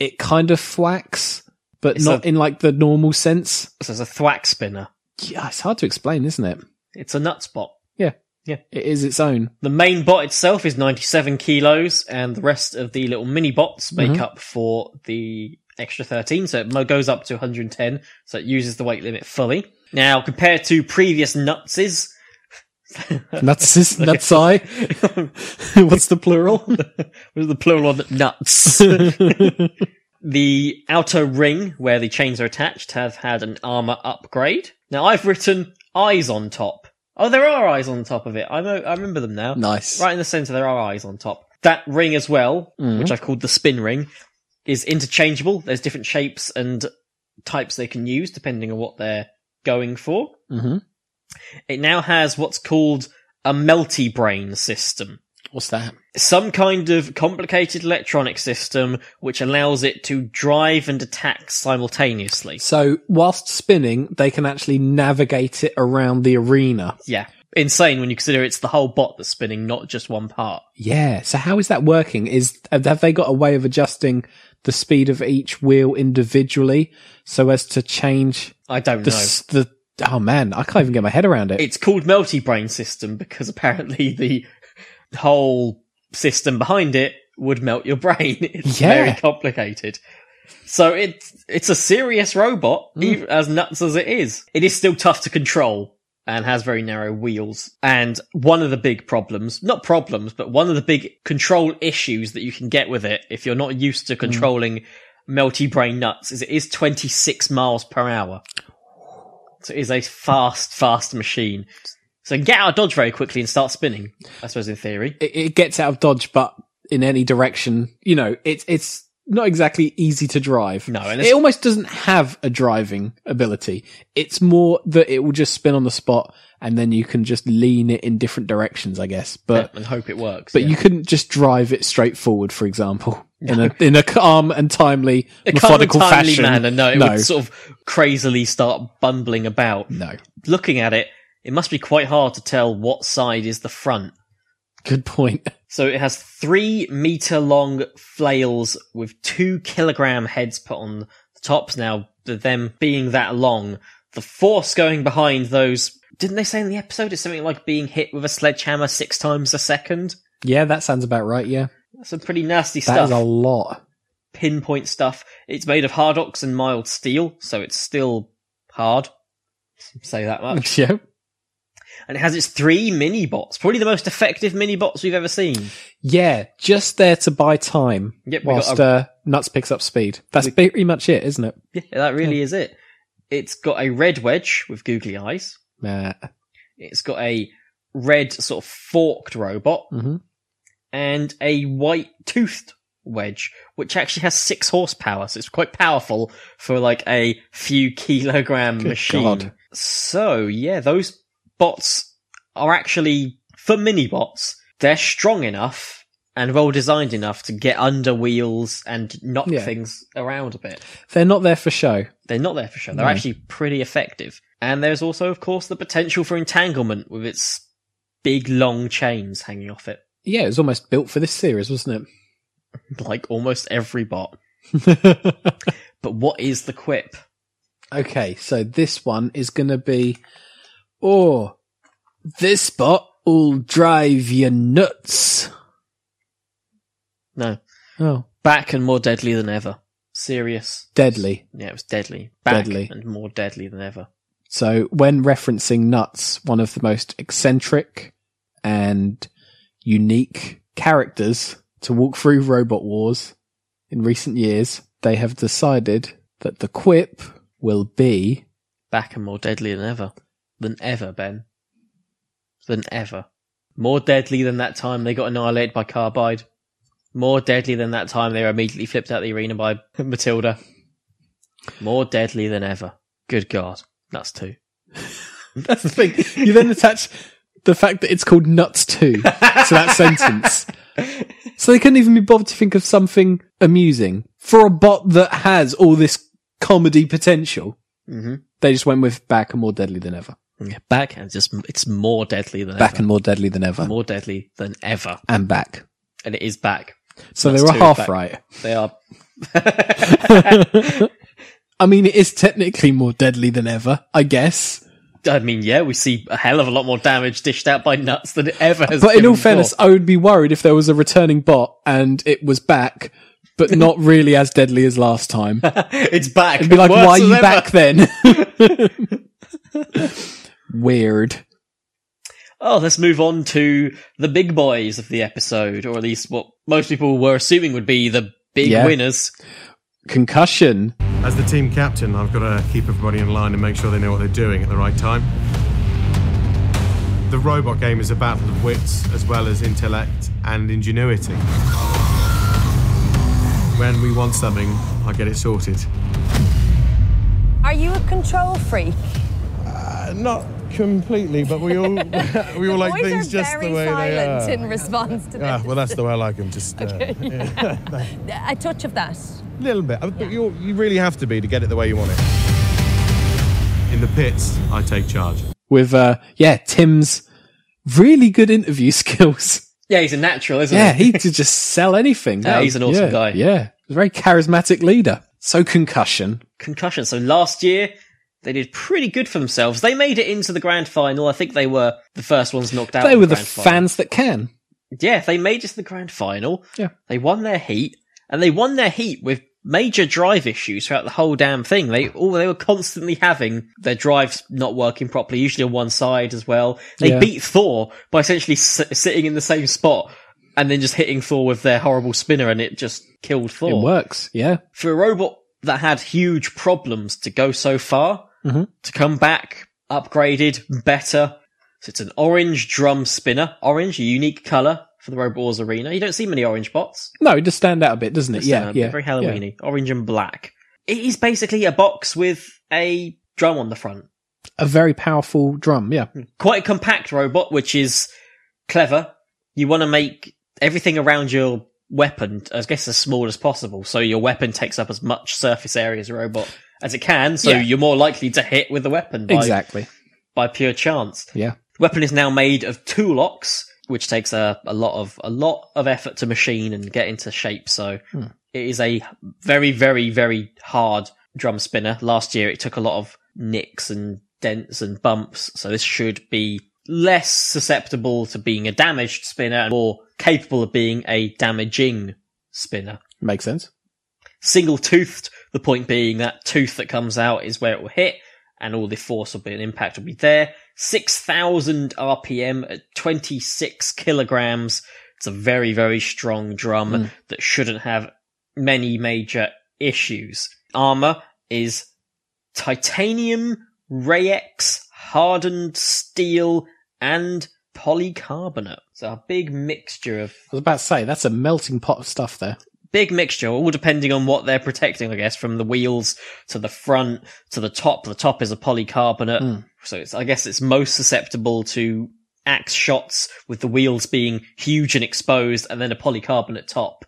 It kind of thwacks, but It's not a- in like the normal sense. So it's a thwack spinner. Yeah, it's hard to explain, isn't it? It's a nuts bot. Yeah. Yeah. It is its own. The main bot itself is 97 kilos, and the rest of the little mini bots make Mhm. up for the extra 13, so it mo- goes up to 110, so it uses the weight limit fully. Now, compared to previous nutses, Nuts is nutsai. What's the plural? What's the plural on nuts? the outer ring where the chains are attached have had an armor upgrade. Now I've written eyes on top. Oh, there are eyes on top of it. I know. I remember them now. Nice. Right in the center, there are eyes on top. That ring as well, Mhm. which I've called the spin ring, is interchangeable. There's different shapes and types they can use depending on what they're going for. Mm-hmm. It now has what's called a melty brain system. What's that? Some kind of complicated electronic system which allows it to drive and attack simultaneously. So, whilst spinning, they can actually navigate it around the arena. Yeah. Insane when you consider it's the whole bot that's spinning, not just one part. Yeah. So, how is that working? Is have they got a way of adjusting the speed of each wheel individually so as to change? I don't the, know. s- The oh man, I can't even get my head around it. It's called Melty Brain System because apparently the whole system behind it would melt your brain. It's Yeah. very complicated. So it's it's a serious robot, even as nuts as it is. It is still tough to control and has very narrow wheels. And one of the big problems, not problems, but one of the big control issues that you can get with it if you're not used to controlling melty brain nuts is it is 26 miles per hour. So it is a fast, fast machine. So it can get out of dodge very quickly and start spinning. I suppose in theory. it, it gets out of dodge, but in any direction, you know, it's it's not exactly easy to drive. No, and it's- it almost doesn't have a driving ability. It's more that it will just spin on the spot, and then you can just lean it in different directions, I guess. But and hope it works. but yeah. you couldn't just drive it straight forward, for example, in a in a calm and timely, A calm and methodical timely fashion. manner, no, it would sort of crazily start bumbling about. No. Looking at it, it must be quite hard to tell what side is the front. Good point. So it has three meter long flails with two kilogram heads put on the tops. Now, with them being that long, the force going behind those, didn't they say in the episode it's something like being hit with a sledgehammer six times a second? Yeah, that sounds about right. Yeah, That's some pretty nasty that stuff. is a lot. Pinpoint stuff. It's made of hard ox and mild steel, so it's still hard. Say that much. Yeah. And it has its three mini bots. Probably the most effective mini bots we've ever seen. Yeah, just there to buy time. Yep, we got whilst a- uh, Nuts picks up speed. That's pretty much it, isn't it? Yeah, that really is it. It's got a red wedge with googly eyes. Nah. It's got a red sort of forked robot Mhm. and a white toothed wedge, which actually has six horsepower, so it's quite powerful for like a few kilogram Good machine. God. So yeah, those bots are actually for mini bots. They're strong enough and well designed enough to get under wheels and knock Yeah. things around a bit. They're not there for show. They're not there for sure. They're No. actually pretty effective. And there's also, of course, the potential for entanglement with its big long chains hanging off it, Yeah, it was almost built for this series, wasn't it? like almost every bot. but what is the quip? Okay, so this one is going to be, oh, this spot will drive you nuts. No. Oh. Back and more deadly than ever. Serious. Deadly. Yeah, it was deadly. Back Deadly. and more deadly than ever. So when referencing Nuts, one of the most eccentric and unique characters to walk through Robot Wars in recent years, they have decided that the quip will be Back and more deadly than ever. Than ever, Ben. Than ever. More deadly than that time they got annihilated by Carbide. More deadly than that time they were immediately flipped out of the arena by Matilda. More deadly than ever. Good God. That's two. That's the thing. You then attach the fact that it's called Nuts 2 to that sentence. So they couldn't even be bothered to think of something amusing for a bot that has all this comedy potential. Mm-hmm. They just went with back and more deadly than ever. Back and just, it's more deadly than Back ever. and more deadly than ever. More deadly than ever. And back. And it is back. So they Nuts were 2 is half back. right. They are. I mean, it is technically more deadly than ever, I guess. I mean, yeah, we see a hell of a lot more damage dished out by nuts than it ever has. But in been all before. fairness, I would be worried if there was a returning bot and it was back, but not really as deadly as last time. it's back. It'd be like, Worse why are you than ever." back then? Weird. Oh, let's move on to the big boys of the episode, or at least what most people were assuming would be the big Yeah. winners. Concussion. As the team captain, I've got to keep everybody in line and make sure they know what they're doing at the right time. The robot game is a battle of wits as well as intellect and ingenuity. When we want something, I get it sorted. Are you a control freak? Uh, not completely, but we all we all like Boys things are just very the way silent they are. in response to Ah, this. well, that's the way I like them. Just uh, Okay. a touch of that. A little bit, uh, but you you really have to be to get it the way you want it. In the pits, I take charge. With, uh, yeah, Tim's really good interview skills. Yeah, he's a natural, isn't yeah, he? he could just sell anything. Yeah, he's an awesome yeah, guy. Yeah. He's a very charismatic leader. So concussion. Concussion. So last year, they did pretty good for themselves. They made it into the grand final. I think they were the first ones knocked out. They of were the grand final. fans that can. Yeah, they made it to the grand final. Yeah. They won their heat, and they won their heat with major drive issues throughout the whole damn thing. They all they were constantly having their drives not working properly, usually on one side as well. They Yeah. beat Thor by essentially s- sitting in the same spot and then just hitting Thor with their horrible spinner, and it just killed Thor. It works. Yeah. For a robot that had huge problems to go so far, Mm-hmm. to come back upgraded, better. So it's an orange drum spinner. Orange, a unique colour for the Robot Wars arena. You don't see many orange bots. No, it does stand out a bit, doesn't it? Just, Yeah. um, yeah. Very yeah. Halloweeny. Orange and black. It is basically a box with a drum on the front. A very powerful drum. Yeah. Quite a compact robot, which is clever. You want to make everything around your weapon, I guess, as small as possible. So your weapon takes up as much surface area as a robot as it can. So Yeah. you're more likely to hit with the weapon. By, Exactly. By pure chance. Yeah. Weapon is now made of two locks, which takes a, a lot of a lot of effort to machine and get into shape. So Hmm. it is a very, very, very hard drum spinner. Last year it took a lot of nicks and dents and bumps, so this should be less susceptible to being a damaged spinner and more capable of being a damaging spinner Makes sense. single toothed. The point being that tooth that comes out is where it will hit, and all the force will be an impact will be there. Six thousand RPM at twenty six kilograms. It's a very very strong drum Mm. that shouldn't have many major issues. Armor is titanium, Rayex, hardened steel, and polycarbonate. So a big mixture of I was about to say, that's a melting pot of stuff there. big mixture, all depending on what they're protecting, I guess, from the wheels to the front to the top. The top is a polycarbonate, Hmm. so it's, I guess it's most susceptible to axe shots with the wheels being huge and exposed and then a polycarbonate top.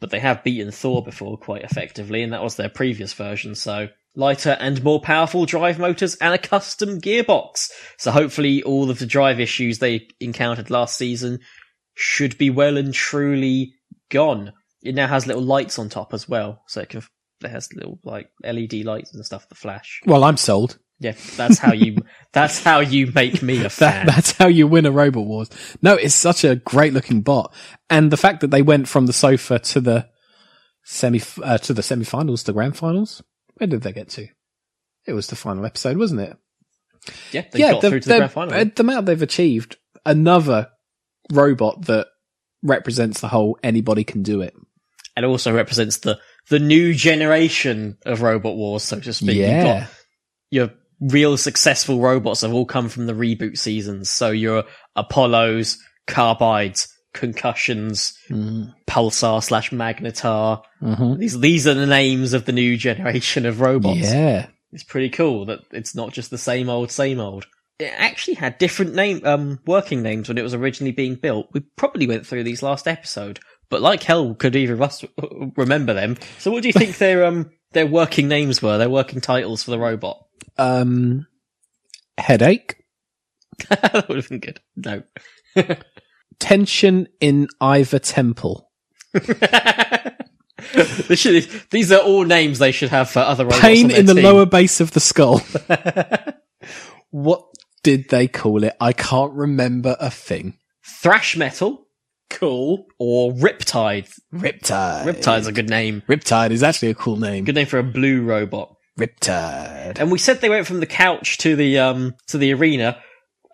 But they have beaten Thor before quite effectively, and that was their previous version, so lighter and more powerful drive motors and a custom gearbox. So hopefully all of the drive issues they encountered last season should be well and truly gone. It now has little lights on top as well, so it can it has little like LED lights and stuff that flash. Well, I'm sold. Yeah, that's how you that's how you make me a That, fan. that's how you win a Robot Wars. No, it's such a great looking bot, and the fact that they went from the sofa to the semi uh, to the semi-finals, the grand finals. Where did they get to? It was the final episode, wasn't it? yeah, they got the- through to the the- grand final. uh, The amount they've achieved, another robot that represents the whole anybody can do it. and also represents the the new generation of robot wars, so to speak. You've Yeah. got your real successful robots have all come from the reboot seasons. So your Apollos, Carbides, concussions, Mm. pulsar slash magnetar. These these are the names of the new generation of robots. Mm-hmm. Yeah. it's pretty cool that it's not just the same old, same old. It actually had different name, um, working names when it was originally being built. We probably went through these last episode, but like hell, could either of us remember them? So, what do you think their um their working names were? Their working titles for the robot? Um, headache, that would have been good. No, tension in either temple, This should- these are all names they should have for other robots. on pain their in the team. lower base of the skull. what did they call it? I can't remember a thing. thrash metal, cool, or Riptide. Riptide. Riptide's a good name. Riptide is actually a cool name. Good name for a blue robot. Riptide. And we said they went from the couch to the um to the arena.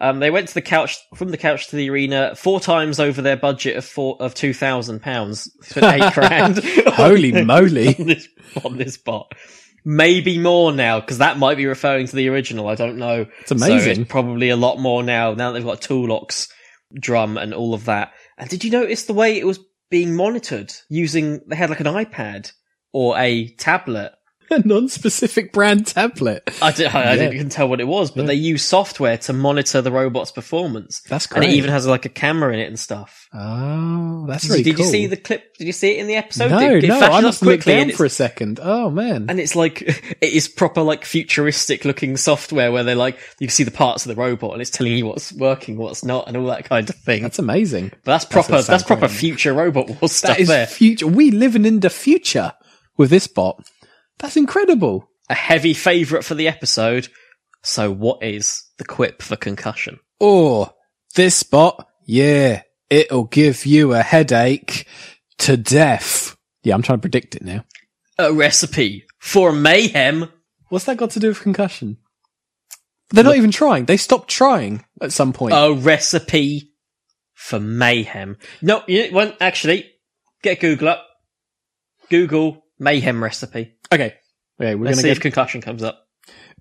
Um, they went to the couch from the couch to the arena four times over their budget of four of two thousand pounds. Spent eight grand. Holy moly. On this, on this bot. Maybe more now because that might be referring to the original. I don't know. It's amazing. So it's probably a lot more now. Now that they've got Toolox, drum, and all of that. And did you notice the way it was being monitored? Using they had like an iPad or a tablet. A non-specific brand tablet. I, did, I, I Yeah. didn't even tell what it was, but they use software to monitor the robot's performance. That's And great. it even has like a camera in it and stuff. Oh, that's Uh, did really did cool. you see the clip? Did you see it in the episode? No, It- it no, flashes I up must look quickly and down it's- for a second. Oh man, and it's like it is proper like futuristic looking software where they're like you can see the parts of the robot and it's telling you what's working, what's not, and all that kind of thing. That's amazing. But That's that's gonna proper. That's, sound proper brilliant. future robot war stuff. that is there, future. We living in the future with this bot. That's incredible. a heavy favorite for the episode. So, what is the quip for concussion? Or this spot, yeah, it'll give you a headache to death. Yeah, I'm trying to predict it now. A recipe for mayhem. What's that got to do with concussion? They're not even trying. They stopped trying at some point. A recipe for mayhem. No, you won't actually get Google up. Google mayhem recipe. Okay. Okay, we're gonna Let's see get- if concussion comes up.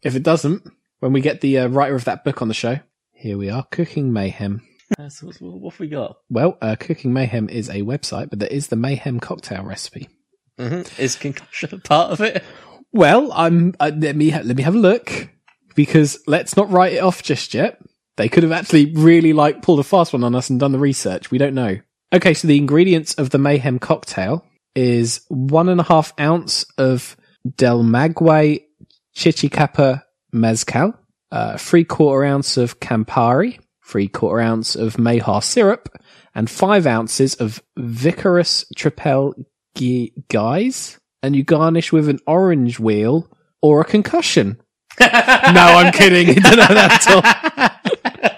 If it doesn't, when we get the uh, writer of that book on the show, here we are, Cooking Mayhem. That's- what, what have we got? Well, uh, Cooking Mayhem is a website, but there is the Mayhem cocktail recipe. hmm Mm-hmm. Is concussion a part of it? Well, I'm uh, let me ha- let me have a look because let's not write it off just yet. They could have actually really like pulled a fast one on us and done the research. We don't know. Okay, so the ingredients of the mayhem cocktail is one and a half ounce of Del Maguey Chichicapa mezcal, uh, three quarter ounce of Campari, three quarter ounce of Mayhaw syrup, and five ounces of Vicarus Tripel Gu- Guys, and you garnish with an orange wheel or a concussion. no, I'm kidding. It don't have that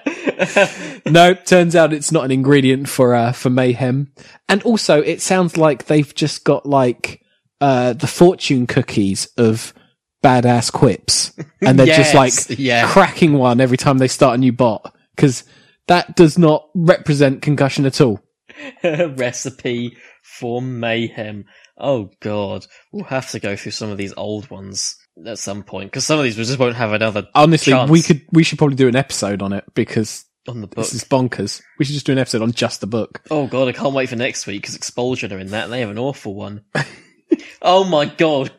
at all no, turns out it's not an ingredient for uh, for mayhem. And also, it sounds like they've just got like uh, the fortune cookies of badass quips, and they're just Yes, like yeah. cracking one every time they start a new bot because that does not represent concussion at all. recipe for mayhem. Oh god, we'll have to go through some of these old ones at some point because some of these we just won't have another. Honestly, chance. we could we should probably do an episode on it because On the book. this is bonkers. We should just do an episode on just the book. Oh god, I can't wait for next week because Expulsion are in that and they have an awful one. oh my god.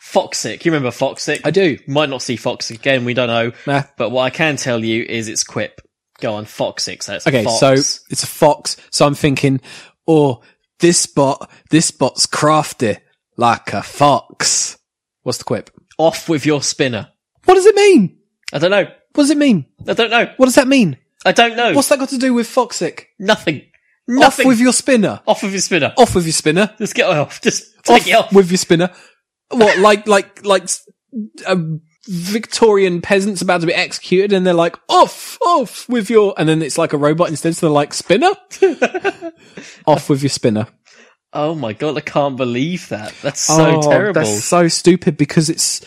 Foxic, you remember Foxic? I do. Might not see Foxic again, we don't know. Nah. But what I can tell you is it's Quip. Go on, Foxic. So it's a Okay, fox. so it's a fox. So I'm thinking, oh, this bot, this bot's crafty like a fox. What's the quip? off with your spinner. What does it mean? I don't know. What does it mean? I don't know. What does that mean? I don't know. What's that got to do with foxic? Nothing. Off Nothing. with your spinner. Off with your spinner. Off with your spinner. Just get off. Just take it off. with your spinner. What, like, like, like s- a Victorian peasant's about to be executed and they're like, off, off with your, and then it's like a robot instead. So they're like, spinner? off with your spinner. Oh my god, I can't believe that. That's so Oh, terrible. That's so stupid because it's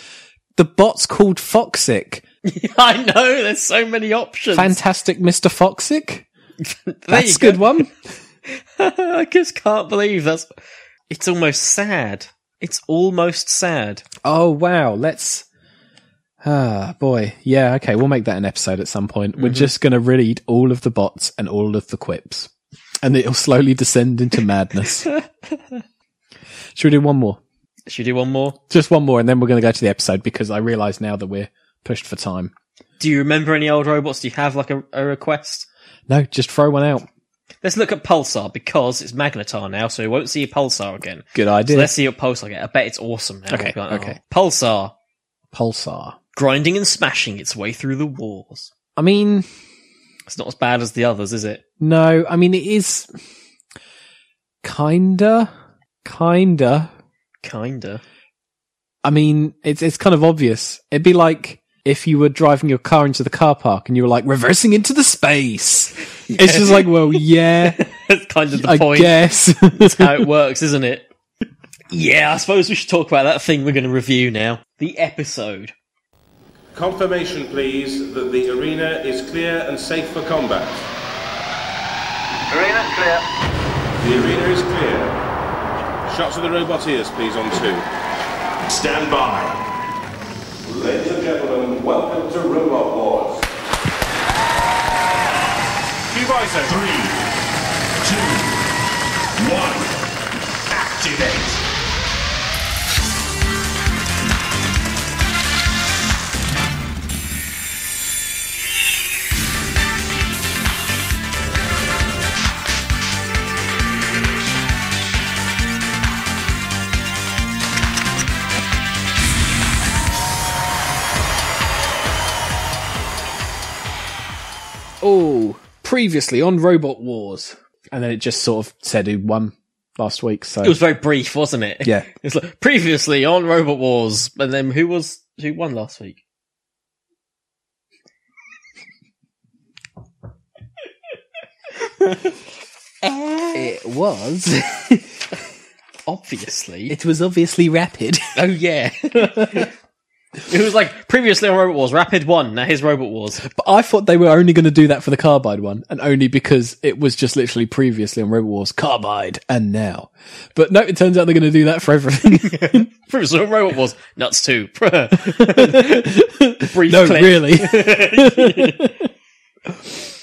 the bot's called Foxic. I know, there's so many options. Fantastic Mr. Foxic. There That's a you go. good one. I just can't believe that's. It's almost sad. It's almost sad. Oh wow, let's Ah boy. Yeah, Mm-hmm. okay, we'll make that an episode at some point. We're Mhm. just gonna read all of the bots and all of the quips. and it'll slowly descend into madness. Should we do one more? Should we do one more? Just one more, and then we're going to go to the episode because I realise now that we're pushed for time. Do you remember any old robots? Do you have like a, a request? No, just throw one out. Let's look at Pulsar because it's Magnetar now, so we won't see Pulsar again. Good idea. So let's see what Pulsar get. I bet it's awesome now. Okay, Like, oh, okay. Pulsar Pulsar. grinding and smashing its way through the walls. I mean, It's not as bad as the others, is it? no, I mean, it is kinda, kinda. Kinda. I mean, it's, it's kind of obvious. It'd be like if you were driving your car into the car park and you were like reversing into the space. It's just like, well, yeah, That's kind of the I point. guess. That's how it works, isn't it? Yeah, I suppose we should talk about that thing we're going to review now. The episode. Confirmation, please, that the arena is clear and safe for combat. Arena clear. The arena is clear. Shots of the robot ears, please, on two. Stand by. Ladies and gentlemen, welcome to Robot Wars. Divisor. Three, two, one. Activate. Oh, previously on Robot Wars. And then it just sort of said who won last week. So It was very brief, wasn't it? Yeah. It's like previously on Robot Wars, and then who was who won last week? it was. Obviously. It was obviously rapid. Oh yeah. it was like previously on Robot Wars, Rapid One. Now here's Robot Wars. But I thought they were only going to do that for the carbide one, and only because it was just literally previously on Robot Wars carbide and now. But no, it turns out they're going to do that for everything. Previously on Robot Wars, Nuts Two. Brief no, clip. really.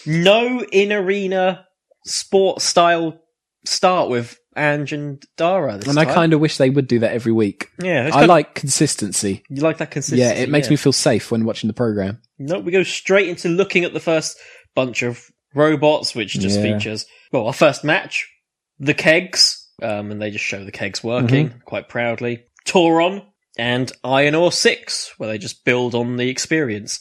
no in arena sport style start with Ange and Dara. This and I time. kind of wish they would do that every week. Yeah, it's I kind- like consistency. You like that consistency? Yeah, it makes me feel safe when watching the program. No, we go straight into looking at the first bunch of robots, which just Yeah. features well our first match, the kegs, um, and they just show the kegs working Mm-hmm. quite proudly. Toron and Iron Ore Six, where they just build on the experience.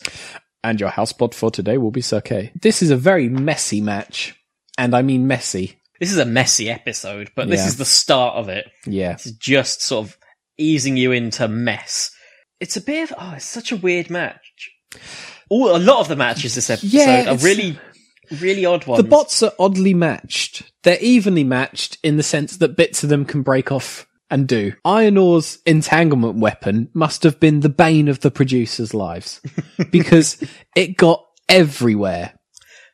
And your house pod for today will be Sir Kay. This is a very messy match, and I mean messy. This is a messy episode, but this Yeah. is the start of it. Yeah. It's just sort of easing you into mess. It's a bit of oh, it's such a weird match. Oh, a lot of the matches this episode Yeah, are it's- really, really odd ones. The bots are oddly matched. They're evenly matched in the sense that bits of them can break off and do. Iron Ore's entanglement weapon must have been the bane of the producers' lives because it got everywhere.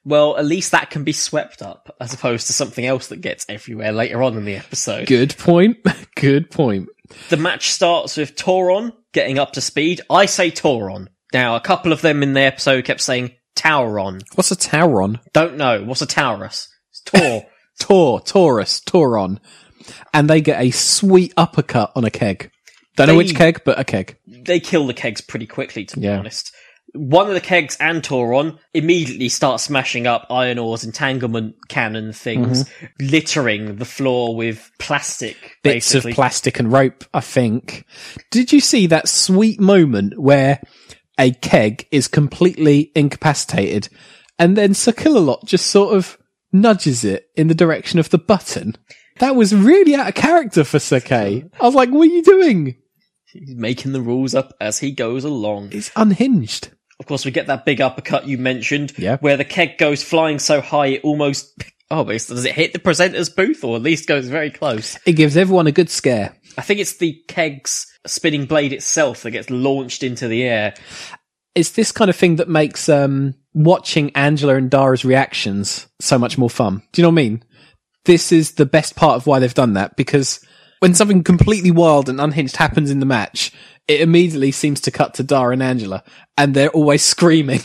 Well, at least that can be swept up as opposed to something else that gets everywhere later on in the episode. Good point. Good point. The match starts with Toron getting up to speed. I say Toron. Now, a couple of them in the episode kept saying Tauron. What's a Tauron? Don't know. What's a Taurus? It's Tor. Tor, Taurus, Toron. And they get a sweet uppercut on a keg. Don't know They- which keg, but a keg. they kill the kegs pretty quickly, to be Yeah. honest. One of the kegs and Toron immediately start smashing up Iron Ore's entanglement cannon things, Mm-hmm. littering the floor with plastic. bits basically. of plastic and rope, I think. Did you see that sweet moment where a keg is completely incapacitated and then Sir Killalot just sort of nudges it in the direction of the button? That was really out of character for Sir Kay. I was like, what are you doing? He's making the rules up as he goes along. It's unhinged. Of course, we get that big uppercut you mentioned, Yeah. where the keg goes flying so high it almost. Oh, but it's- does it hit the presenter's booth, or at least goes very close? It gives everyone a good scare. I think it's the keg's spinning blade itself that gets launched into the air. It's this kind of thing that makes um, watching Angela and Dara's reactions so much more fun. Do you know what I mean? This is the best part of why they've done that because when something completely wild and unhinged happens in the match, it immediately seems to cut to Dara and Angela, and they're always screaming,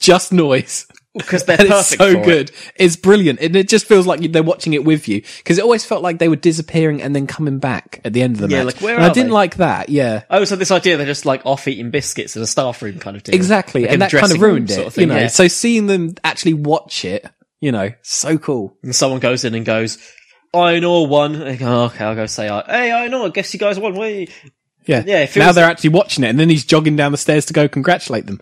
just noise. because they're and it's perfect so for it. good. It's brilliant, and it just feels like you- they're watching it with you because it always felt like they were disappearing and then coming back at the end of the Yeah, match. like, where and I are didn't they? like that. Yeah, Oh, so this idea they're just like off eating biscuits in a staff room kind of deal. exactly, Like in and a that kind dressing of room ruined it. sort of thing, you know, yeah. so seeing them actually watch it, you know, so cool. And someone goes in and goes, Iron Ore won. They go, okay, I'll go say, uh, hey, Iron Ore, guess you guys won. We. Yeah, Yeah, it feels- now they're actually watching it, and then he's jogging down the stairs to go congratulate them,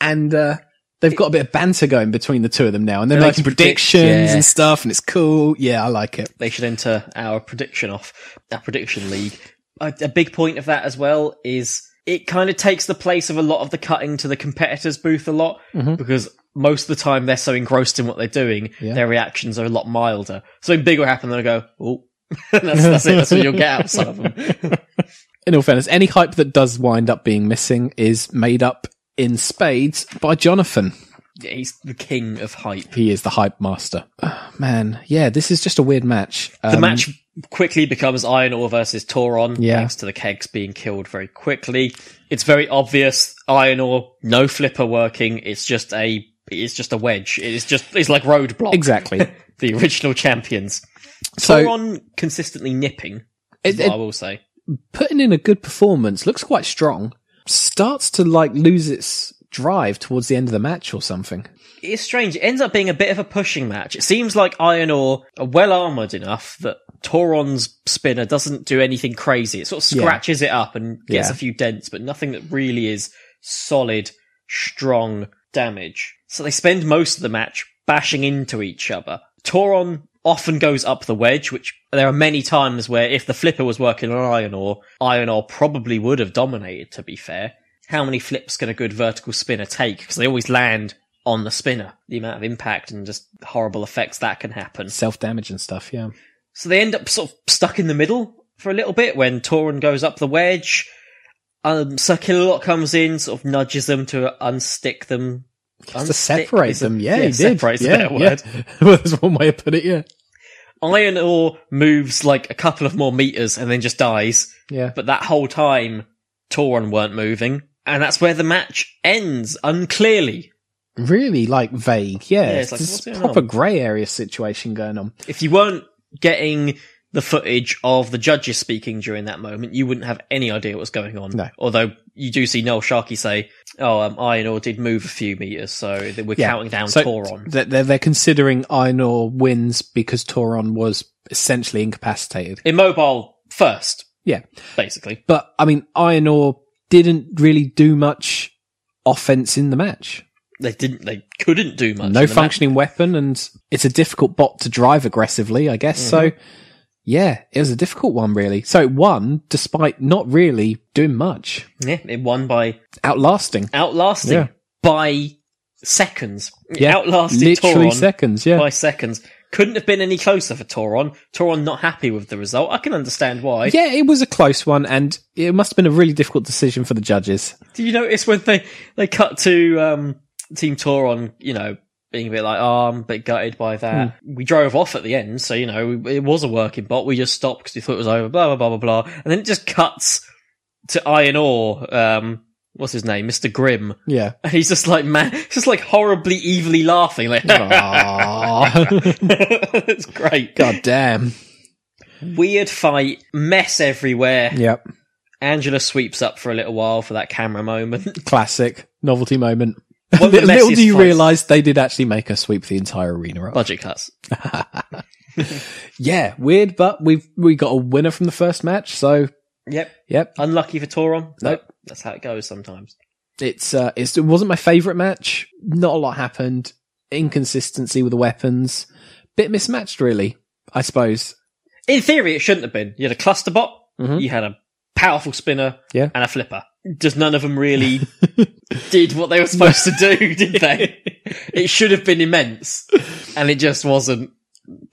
and uh, they've got a bit of banter going between the two of them now, and they're, They like making to predict, predictions yeah. and stuff, and it's cool. Yeah, I like it. They should enter our prediction off, our prediction league. A, a big point of that as well is it kind of takes the place of a lot of the cutting to the competitors' booth a lot Mhm. because most of the time they're so engrossed in what they're doing, Yeah. their reactions are a lot milder. Something big will happen, they'll go, oh. that's, that's it. That's what you'll get outside of them. In all fairness, any hype that does wind up being missing is made up in spades by Jonathan. Yeah, he's the king of hype. He is the hype master. Ah, man, yeah, this is just a weird match. the Um, match quickly becomes Iron Ore versus Toron, Yeah. thanks to the kegs being killed very quickly. It's very obvious Iron Ore, no flipper working. It's just a, it's just a wedge. It's just, it's like roadblock. Exactly. the original champions. So- Toron consistently nipping. Is It- what it- I will say. putting in a good performance, looks quite strong, starts to like lose its drive towards the end of the match or something. It's strange. It ends up being a bit of a pushing match. It seems like Iron Ore are well armored enough that Toron's spinner doesn't do anything crazy. It sort of Yeah. scratches it up and gets Yeah. a few dents, but nothing that really is solid, strong damage. So they spend most of the match bashing into each other. Toron often goes up the wedge, which there are many times where if the flipper was working on Iron Ore, Iron Ore probably would have dominated, to be fair how many flips can a good vertical spinner take? Because they always land on the spinner. The amount of impact and just horrible effects that can happen. Self damage and stuff, yeah. So they end up sort of stuck in the middle for a little bit when Torin goes up the wedge. Um, Sir Killalot comes in, sort of nudges them to unstick them. to Unstick separate is a- them, yeah, he did. separate's a yeah, better yeah. word. well, there's one way to put it, yeah. Iron Ore moves like a couple of more meters and then just dies. Yeah. But that whole time, Torin weren't moving. And that's where the match ends, unclearly. Really like vague, yeah. Yeah, it's it's like, this what's going proper on? grey area situation going on. If you weren't getting the footage of the judges speaking during that moment, you wouldn't have any idea what was going on. No. Although you do see Noel Sharkey say, "Oh, um, Iron Ore did move a few meters, so th- we're Yeah. counting down so Toron." They're, they're, they're considering Ainor wins because Toron was essentially incapacitated. Immobile first, Yeah. basically. But I mean, Ainor didn't really do much offense in the match. They didn't. They couldn't do much. no in the match. functioning weapon, and it's a difficult bot to drive aggressively, I guess. Mm-hmm. So, yeah, it was a difficult one, really. So it won despite not really doing much, Yeah, it won by outlasting. outlasting Yeah. by seconds. It Yeah, outlasted literally Toron seconds, yeah. by seconds. Couldn't have been any closer for Toron. Toron not happy with the result. I can understand why. Yeah, it was a close one, and it must have been a really difficult decision for the judges. Do you notice when they they cut to um, Team Toron, you know, being a bit like, "Oh, I'm a bit gutted by that." We drove off at the end, so you know it was a working bot. We just stopped because we thought it was over. Blah blah blah blah blah, and then it just cuts to Iron Ore. Um, what's his name, Mister Grimm? Yeah. And he's just like man, he's just like horribly evilly laughing, like it's great. Ah, God damn. Weird fight, mess everywhere. Yep. Angela sweeps up for a little while for that camera moment. Classic novelty moment. One of the little little do messiest you fights. realise they did actually make her sweep the entire arena up. Budget cuts. Yeah, weird, but we've we got a winner from the first match, so Yep. Yep. Unlucky for Toron. Nope. That's how it goes sometimes. it's uh it's, it wasn't my favorite match. Not a lot happened. Inconsistency with the weapons, bit mismatched, really. I suppose. In theory, it shouldn't have been. You had a cluster bot, you had a powerful spinner, Mm-hmm. Yeah. and a flipper. Just none of them really did what they were supposed to do, did they? It should have been immense, and it just wasn't.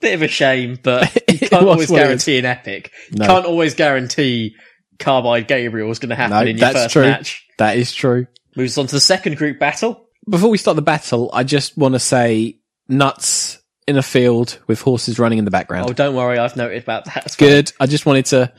Bit of a shame, but you can't was always what it is. guarantee an epic. No. You can't always guarantee Carbide Gabriel is going to happen No, in your that's first true. match. That is true. Moves on to the second group battle. Before we start the battle, I just want to say nuts in a field with horses running in the background. Oh, don't worry, I've noted about that. as well. Good. I just wanted to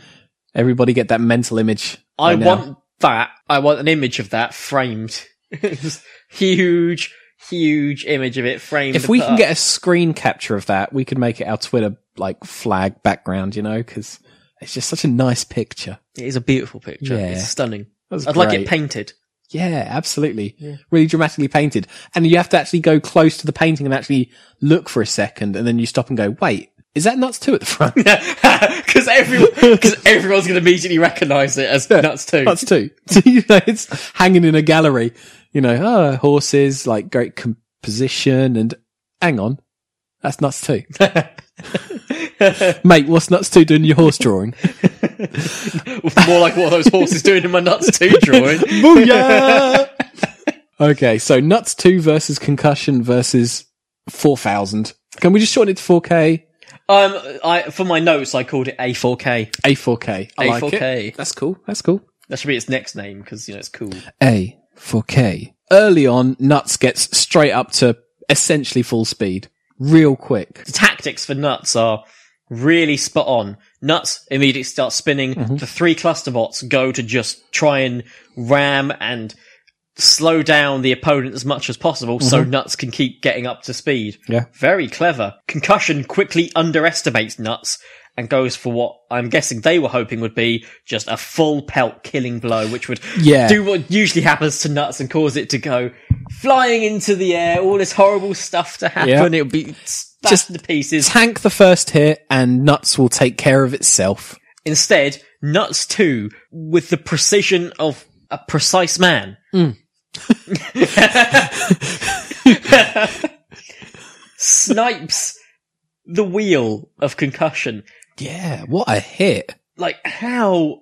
everybody get that mental image. I right now. want that. I want an image of that framed. Just huge, huge image of it framed. if we can apart. get a screen capture of that, we could make it our Twitter like flag background, you know, because it's just such a nice picture. it is a beautiful picture. Yeah. It's stunning. That's I'd like great. it painted. Yeah, absolutely. Yeah. Really dramatically painted. And you have to actually go close to the painting and actually look for a second. And then you stop and go, wait, is that nuts two at the front? Because everyone, because everyone's going to immediately recognise it as Nuts Two. That's two. So, you know, it's hanging in a gallery, you know, oh, horses, like great composition and hang on. That's nuts too. Mate, what's nuts two doing in your horse drawing? More like what those horses doing in my Nuts Two drawing. Booyah! Okay, so nuts two versus concussion versus 4000. Can we just shorten it to 4K? um, I for my notes, I called it A4K. A4K. I like A4K. it. That's cool. That's cool. That should be its next name because you know it's cool. A, 4K. Early on, Nuts gets straight up to essentially full speed. Real quick. The tactics for Nuts are really spot on. Nuts immediately starts spinning. Mm-hmm. The three cluster bots go to just try and ram and slow down the opponent as much as possible so Mhm. Nuts can keep getting up to speed. Yeah. Very clever. Concussion quickly underestimates Nuts and goes for what I'm guessing they were hoping would be just a full pelt killing blow, which would Yeah. do what usually happens to Nuts and cause it to go flying into the air, all this horrible stuff to happen. Yeah. It'll be smashed Just to pieces. Tank the first hit and Nuts will take care of itself. Instead, Nuts 2 with the precision of a precise man. Mm. snipes the wheel of concussion. Yeah, what a hit. Like how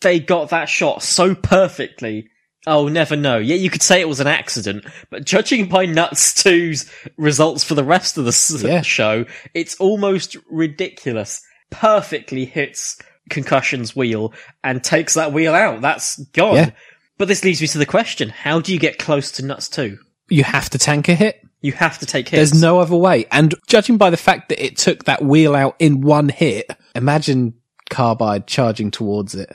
they got that shot so perfectly. I'll never know. Yeah, you could say it was an accident, but judging by Nuts 2's results for the rest of the s- Yeah. show, it's almost ridiculous. Perfectly hits Concussion's wheel and takes that wheel out. That's gone. Yeah. But this leads me to the question how do you get close to Nuts 2? You have to tank a hit. You have to take hits. There's no other way. And judging by the fact that it took that wheel out in one hit, imagine Carbide charging towards it.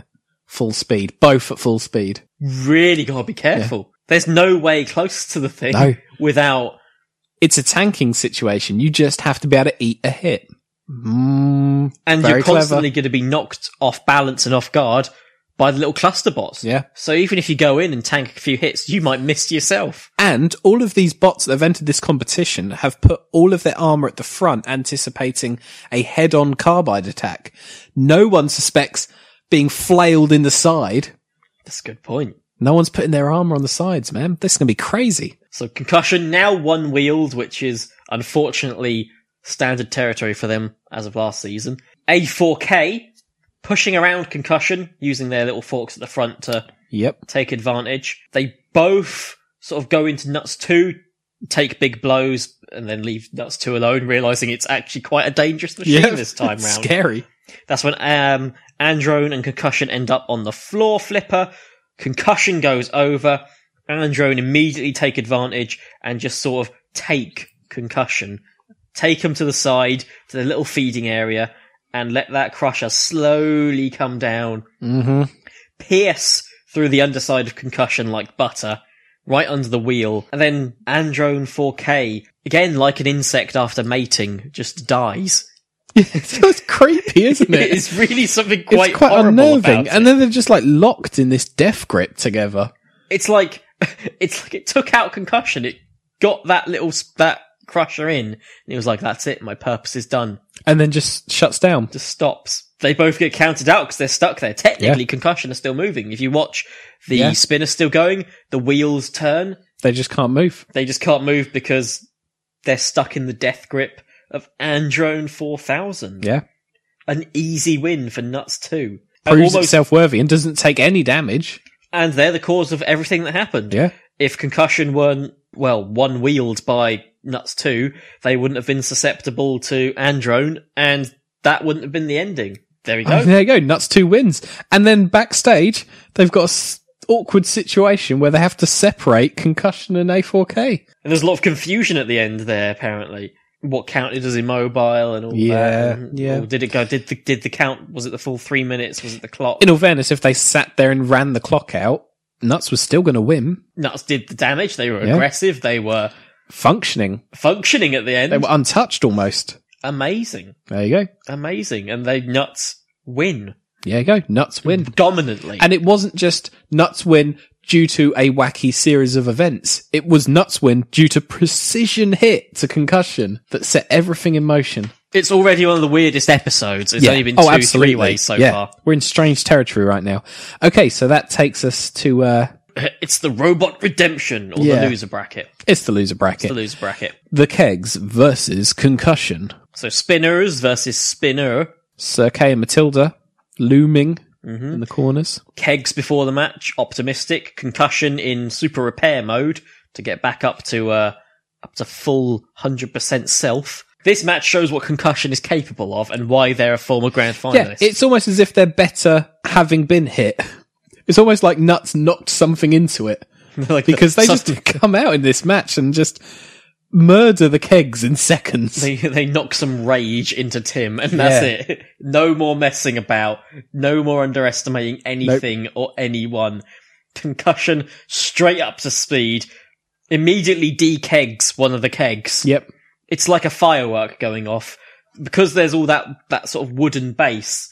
Full speed. Both at full speed. really gotta be careful. There's no way close to the thing No. without It's a tanking situation. You just have to be able to eat a hit. Mm, and very you're clever. constantly gonna be knocked off balance and off guard by the little cluster bots. Yeah. So even if you go in and tank a few hits, you might miss yourself. And all of these bots that have entered this competition have put all of their armor at the front, anticipating a head-on carbide attack. No one suspects being flailed in the side. That's a good point. No one's putting their armor on the sides, man. This is going to be crazy. So concussion now one wheeled, which is unfortunately standard territory for them as of last season. A4K pushing around concussion using their little forks at the front to Yep. take advantage. They both sort of go into nuts two, take big blows, and then leave nuts two alone, realizing it's actually quite a dangerous machine this time round. Scary. That's when um, Androne and Concussion end up on the floor flipper. Concussion goes over. Androne immediately take advantage and just sort of take Concussion, take him to the side to the little feeding area, and let that crusher slowly come down Mm-hmm. pierce through the underside of concussion like butter, right under the wheel, and then Androne 4K, again like an insect after mating, just dies. it's creepy, isn't it? it's really something quite, it's quite horrible unnerving. about it. And then they're just like locked in this death grip together. It's like it's like it took out concussion. It got that little s- that crusher in, and it was like, "That's it. My purpose is done." And then just shuts down. Just stops. They both get counted out because they're stuck there. Technically, concussion is still moving. If you watch, the Yeah. spinner's still going. The wheels turn. They just can't move. They just can't move because they're stuck in the death grip of Androne 4000. Yeah. An easy win for Nuts 2. And, Proves almost, itself worthy and doesn't take any damage. and they're the cause of everything that happened. Yeah. If concussion weren't, well, one wheeled by Nuts 2, they wouldn't have been susceptible to Androne, and that wouldn't have been the ending. There we go. Oh, there you go. Nuts two wins. And then backstage, they've got a s- awkward situation where they have to separate concussion and A4K. And there's a lot of confusion at the end there, apparently. What counted as immobile and all Yeah, that? and- yeah. Or did it go? Did the did the count? Was it the full three minutes? Was it the clock? In all fairness, if they sat there and ran the clock out, Nuts was still going to win. Nuts did the damage. They were Yeah. aggressive. They were functioning. Functioning at the end. They were untouched almost. Amazing. There you go. Amazing. And they nuts win There you go. Nuts win. dominantly. And it wasn't just nuts win due to a wacky series of events. It was nuts win due to precision hit to concussion that set everything in motion. it's already one of the weirdest episodes. It's only been two, three ways so Oh, Yeah. far. We're in strange territory right now. Okay, so that takes us to uh It's the robot redemption or Yeah. the loser bracket. it's the loser bracket. It's the loser bracket. The kegs versus concussion. So spinners versus spinner. Sir Kay and Matilda looming Mhm. in the corners. Kegs before the match, optimistic. Concussion in super repair mode to get back up to uh, up to full hundred percent self. This match shows what concussion is capable of and why they're a former grand Yeah, finalist. it's almost as if they're better having been hit. It's almost like nuts knocked something into it. Like because the- they just come out in this match and just murder the kegs in seconds. they they knock some rage into Tim, and that's Yeah. it. No more messing about. No more underestimating anything or anyone. Concussion straight up to speed. Immediately dekegs one of the kegs. Yep. It's like a firework going off because there's all that that sort of wooden base.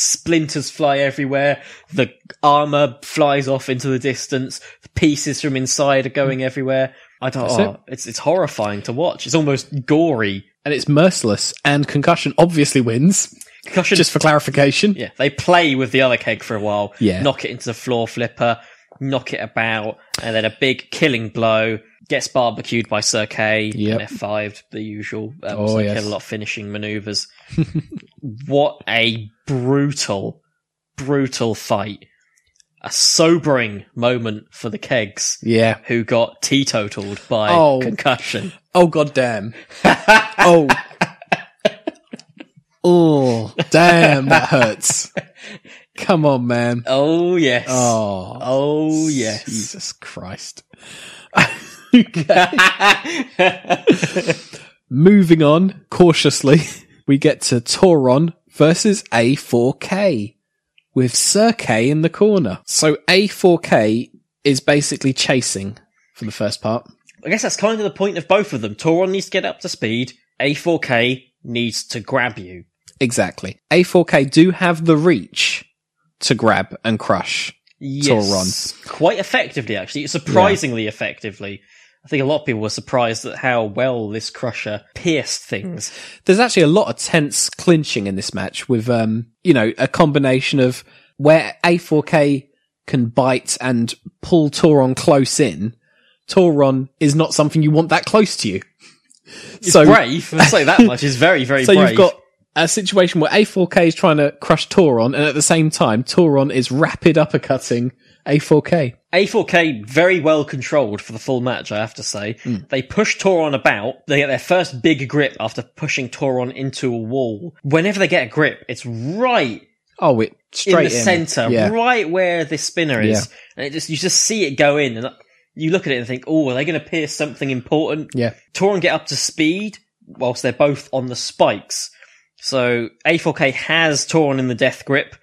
Splinters fly everywhere. The armor flies off into the distance. The pieces from inside are going everywhere. I don't. Mm. That's oh, it. it's it's horrifying to watch. It's almost gory. And it's merciless. And concussion obviously wins. Concussion. Just for clarification. Yeah, they play with the other keg for a while. Yeah. knock it into the floor flipper, knock it about, and then a big killing blow gets barbecued by Sir Kay. Yep. and F5, the usual. Um, Oh, so they yes. kill a lot of finishing maneuvers. what a brutal, brutal fight. A sobering moment for the kegs. Yeah. who got teetotaled by Oh. concussion. Oh god damn. oh. Oh damn that hurts. Come on, man. Oh yes. Oh. Oh yes. Jesus Christ. Moving on cautiously, we get to Toron versus A4K with Sir K in the corner. So A4K is basically chasing for the first part. I guess that's kind of the point of both of them. Toron needs to get up to speed. A4K needs to grab you. Exactly. A4K do have the reach to grab and crush Yes, quite effectively actually, surprisingly effectively. I think a lot of people were surprised at how well this crusher pierced things. Toron. There's actually a lot of tense clinching in this match with, um, you know, a combination of where A4K can bite and pull Toron close in. Toron is not something you want that close to you. It's brave. I'll say that much. It's very, very so brave. you've got a situation where A4K is trying to crush Toron, and at the same time, Toron is rapid uppercutting A4K. A4K very well controlled for the full match, I have to say. Hmm. They push Toron about. They get their first big grip after pushing Toron into a wall. Whenever they get a grip, it's right Oh, it straight in the center, Yeah. right where this spinner is, Yeah. and it just you just see it go in, and you look at it and think, "Oh, are they going to pierce something important?" Yeah. Toron get up to speed whilst they're both on the spikes. So A4K has Toron in the death grip.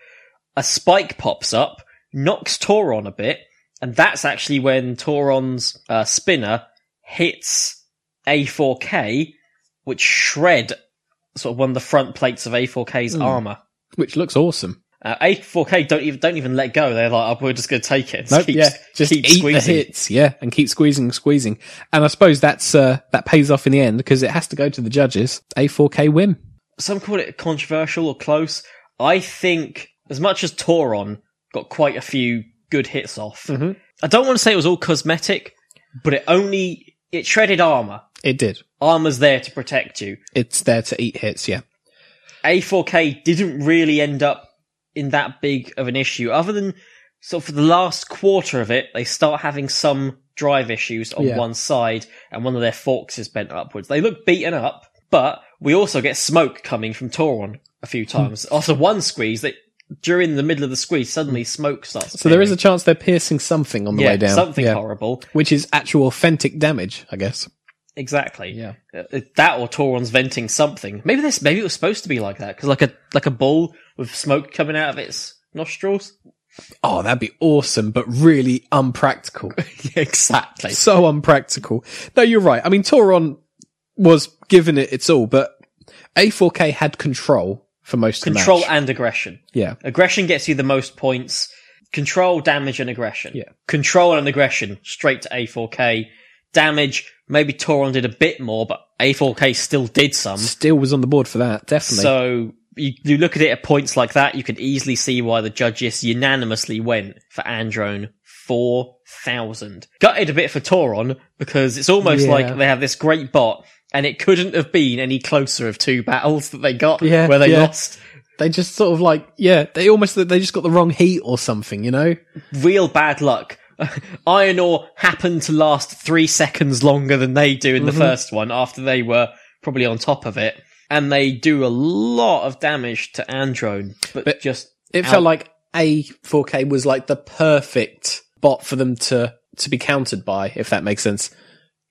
A spike pops up, knocks Toron a bit, and that's actually when Toron's uh, spinner hits A4K, which shred sort of one of the front plates of A4K's Hmm. armor. Which looks awesome. Uh, A4K don't even don't even let go. They're like, oh, we're just going to take it. Just Nope, keep, yeah, just keep eat squeezing. the hits, yeah, and keep squeezing, squeezing. And I suppose that's uh, that pays off in the end because it has to go to the judges. A4K win. Some call it controversial or close. I think as much as Toron got quite a few good hits off. Mhm. I don't want to say it was all cosmetic, but it only it shredded armor. It did. Armor's there to protect you. It's there to eat hits, yeah. A4K didn't really end up in that big of an issue, other than sort of for the last quarter of it, they start having some drive issues on Yeah. one side, and one of their forks is bent upwards. They look beaten up, but we also get smoke coming from Toron a Hmm. few times. After one squeeze, that during the middle of the squeeze, suddenly smoke starts. Hmm. So there is a chance they're piercing something on the Yeah, way down. something horrible, which is actual authentic damage, I guess. Exactly. Yeah. That or Toron's venting something. Maybe this. Maybe it was supposed to be like that because like a like a ball with smoke coming out of its nostrils. Oh, that'd be awesome, but really unpractical. exactly. So unpractical. No, you're right. I mean, Toron was given it its all, but A4K had control for most Control of the match. and aggression. Yeah. Aggression gets you the most points. Control, damage, and aggression. Yeah. Control and aggression straight to A4K. Damage, maybe Toron did a bit more, but A4K still did some. Still was on the board for that, definitely. So you, you look at it at points like that, you could easily see why the judges unanimously went for Androne 4,000. Gutted a bit for Toron because it's almost Yeah. like they have this great bot and it couldn't have been any closer of two battles that they got yeah, where they yeah. lost. They just sort of like, yeah, they almost, they just got the wrong heat or something, you know? Real bad luck. Iron ore happened to last three seconds longer than they do in the Mhm. first one after they were probably on top of it. And they do a lot of damage to Androne, but, just It out- felt like A4K was like the perfect bot for them to, to be countered by, if that makes sense. Do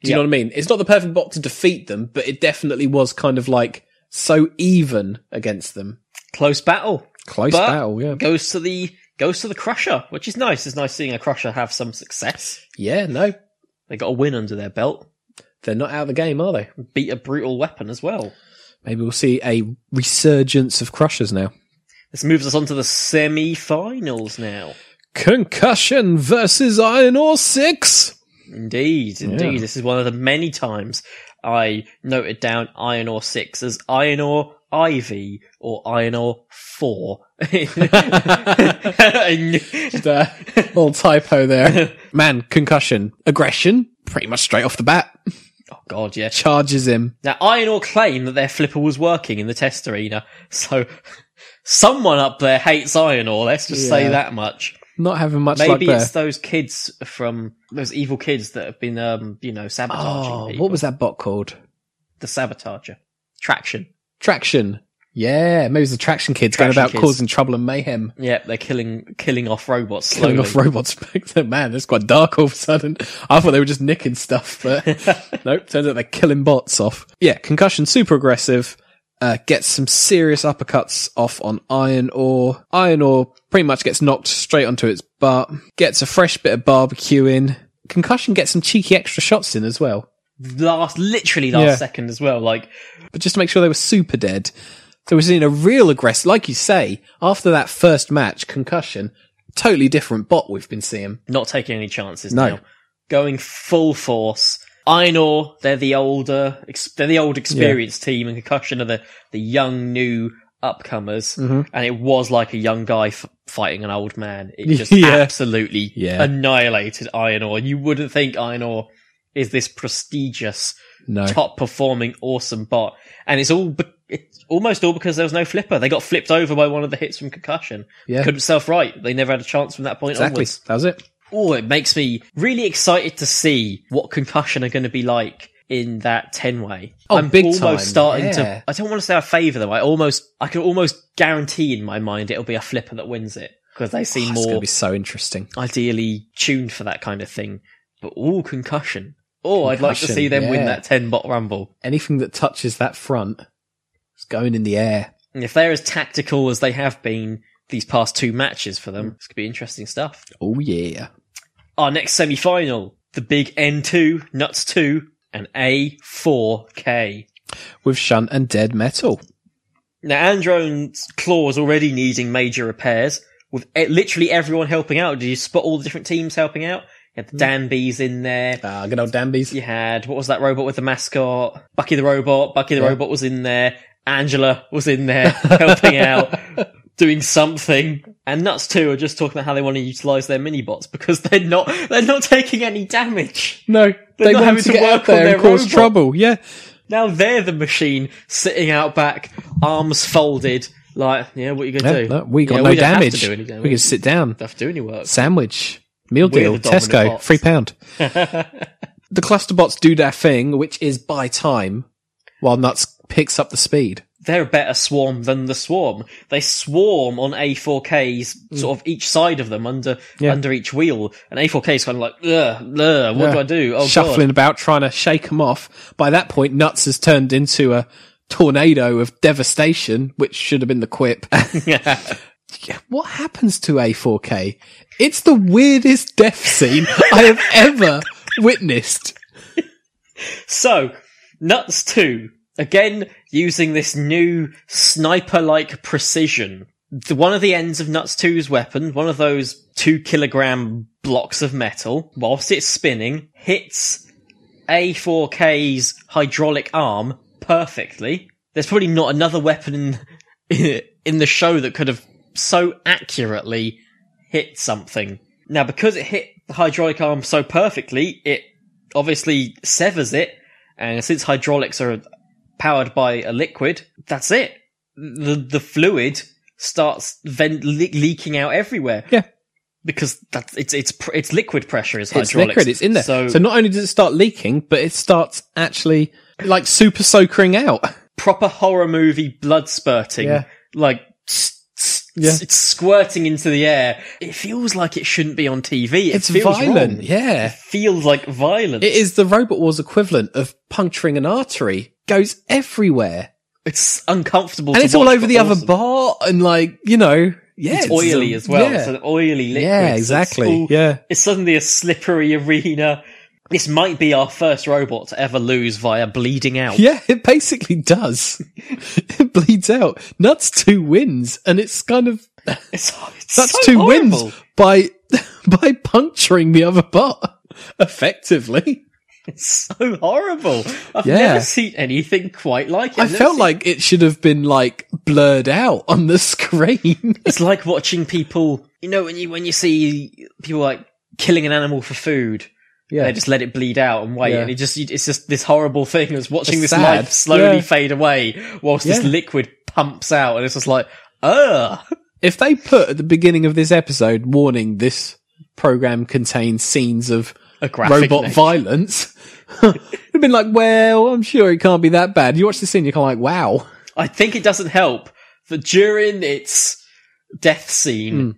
you Yeah. know what I mean? It's not the perfect bot to defeat them, but it definitely was kind of like so even against them. close battle. Close But battle, yeah. Goes to the goes to the crusher, which is nice. It's nice seeing a crusher have some success. Yeah, no. They got a win under their belt. They're not out of the game, are they? Beat a brutal weapon as well. Maybe we'll see a resurgence of crushers now. This moves us on to the semi-finals now. Concussion versus Iron Ore 6. Indeed, indeed. Yeah. This is one of the many times I noted down Iron Ore 6 as Iron Ore Ivy or Iron Ore 4. Just a uh, little typo there. Man, concussion. Aggression, pretty much straight off the bat. Oh, God, yeah. Charges him. Now, Iron Ore claim that their flipper was working in the test arena, so someone up there hates Iron Ore, let's just say Yeah. that much. Not having much luck Maybe there. it's those kids from those evil kids that have been, um, you know, sabotaging Oh, people. what was that bot called? The sabotager. Traction. Traction. Yeah, maybe it's the traction kids Traction going about kids. causing trouble and mayhem. Yep, they're killing killing off robots slowly. Killing off robots. Man, that's quite dark all of a sudden. I thought they were just nicking stuff, but nope, turns out they're killing bots off. Yeah, concussion, super aggressive. Uh, gets some serious uppercuts off on Iron Ore. Iron Ore pretty much gets knocked straight onto its butt. Gets a fresh bit of barbecue in. Concussion gets some cheeky extra shots in as well. last literally last Yeah. second as well. Like but just to make sure they were super dead. So we're seeing a real aggressive, like you say, after that first match, concussion, totally different bot we've been seeing. not taking any chances No. now. Going full force. Iron Ore, they're the older, ex- they're the old experienced team, and Concussion are the the young new upcomers. Mhm. And it was like a young guy f- fighting an old man. It just Yeah. absolutely Yeah. annihilated Iron Ore. You wouldn't think Iron Ore is this prestigious, No. top performing, awesome bot, and it's all. Be- it's almost all because there was no flipper. They got flipped over by one of the hits from concussion. Yeah. Couldn't self right. They never had a chance from that point Exactly. onwards. That was it. Oh, it makes me really excited to see what concussion are going to be like in that 10 way. Oh, I'm big almost time. starting Yeah. to, I don't want to say I favor them. I almost, I can almost guarantee in my mind it'll be a flipper that wins it because they seem It's going to more be so interesting. ideally tuned for that kind of thing. But all concussion. Oh, I'd like to Concussion, see them win yeah. that 10 bot rumble. Anything that touches that front is going in the air. And if they're as tactical as they have been these past two matches for Mm. them, it's going to be interesting stuff. Oh yeah. Our next semi final, the big N2, Nuts 2, and A4K. With Shunt and Dead Metal. Now, Androne's claws already needing major repairs, with e- literally everyone helping out. Did you spot all the different teams helping out? You had the Danbys in there. Ah, good old Danbys. You had, what was that robot with the mascot? Bucky the Robot. Bucky the Yeah. Robot was in there. Angela was in there helping out, doing something. And Nuts 2 are just talking about how they want to utilize their mini bots because they're not, they're not taking any damage. No, They're they not want having to to get work out on there their and cause robot. trouble. Yeah. Now they're the machine sitting out back, arms folded, like, yeah, what are you going to Yeah, do? no, we got Yeah, no don't have to damage. do any damage. We can sit down. Don't have to do any work. Sandwich. Meal We're deal. the dominant Tesco. bots. Three pound. the cluster bots do their thing, which is by time, while Nuts picks up the speed. they're a better swarm than the swarm. They swarm on A4Ks, sort of each side of them, under Mm. Yeah. under each wheel. And A4K is kind of like, ugh, ugh, what do Yeah. I do? Oh, Shuffling God. about, trying to shake them off. By that point, Nuts has turned into a tornado of devastation, which should have been the quip. what happens to A4K? It's the weirdest death scene I have ever witnessed. So, Nuts 2, again using this new sniper like precision. The, one of the ends of Nuts 2's weapon, one of those two kilogram blocks of metal, whilst it's spinning, hits A4K's hydraulic arm perfectly. There's probably not another weapon in, in the show that could have so accurately hit something. Now, because it hit the hydraulic arm so perfectly, it obviously severs it, and since hydraulics are powered by a liquid, that's it. The the fluid starts vent- le- leaking out everywhere. Yeah, because that's it's it's pr- it's liquid pressure is It's hydraulics. liquid, it's in there. So, not only does it start leaking, but it starts actually like super soakering out. proper horror movie blood spurting, Yeah. like tss, tss, tss, it's squirting into the air. It feels like it shouldn't be on TV. It It's feels violent, wrong. yeah. It feels like violence. It is the Robot Wars equivalent of puncturing an artery. Goes everywhere. It's uncomfortable, and to it's all watch, over but the other awesome. bar, and like you know, yeah, it's, oily um, as well. yeah. It's an oily liquid. Yeah, so it's exactly, all- yeah. it's suddenly a slippery arena. This might be our first robot to ever lose via bleeding out. Yeah, it basically does. it bleeds out. Nuts two wins, and it's kind of Nuts so two horrible. wins by by puncturing the other butt effectively. It's so horrible. I've Yeah. never seen anything quite like it. I I've never felt seen- like it should have been like blurred out on the screen. it's like watching people. You know when you when you see people like killing an animal for food. Yeah. They just let it bleed out and wait, Yeah. and it just—it's just this horrible thing. It's watching It's this sad. life slowly Yeah. fade away, whilst this Yeah. liquid pumps out, and it's just like, ugh. If they put at the beginning of this episode warning this program contains scenes of A graphic robot nature. violence, it'd have been like, well, I'm sure it can't be that bad. You watch the scene, you're kind of like, wow. I think it doesn't help that during its death Hmm. scene,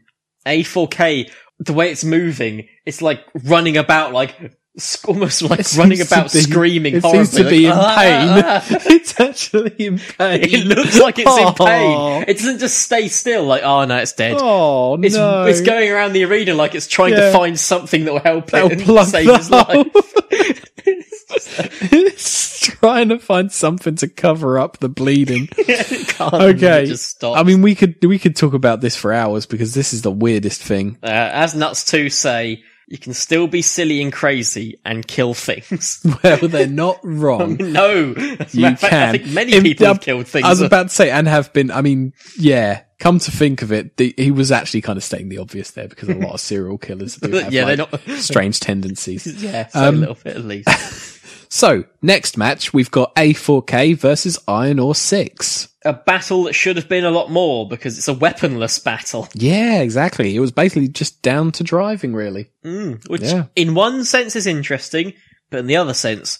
A4K, the way it's moving, it's like running about, like s- almost like It running seems to about be- screaming It horribly. seems to be in like, "Ah!" pain. it's actually in pain. It looks like it's in Aw. pain. It doesn't just stay still, like, oh no, it's dead. Oh, it's, no. it's going around the arena like it's trying Yeah. to find something that will help That'll it and plug save the his life. it's trying to find something to cover up the bleeding. okay. just stops. I mean, we could we could talk about this for hours because this is the weirdest thing. Uh, as Nuts 2 say, you can still be silly and crazy and kill things. Well, they're not wrong. no. As a matter you of fact, can. I think many In- people uh, have killed things. I was about to say, and have been. I mean, yeah. Come to think of it, the, he was actually kind of stating the obvious there because a lot of serial killers do have Yeah, they're like, not- strange tendencies. yeah, so a Um, little bit at least. so next match we've got A4K versus Iron Ore Six. a battle that should have been a lot more because it's a weaponless battle. Yeah, exactly. It was basically just down to driving, really. Mm, which, Yeah. in one sense, is interesting, but in the other sense,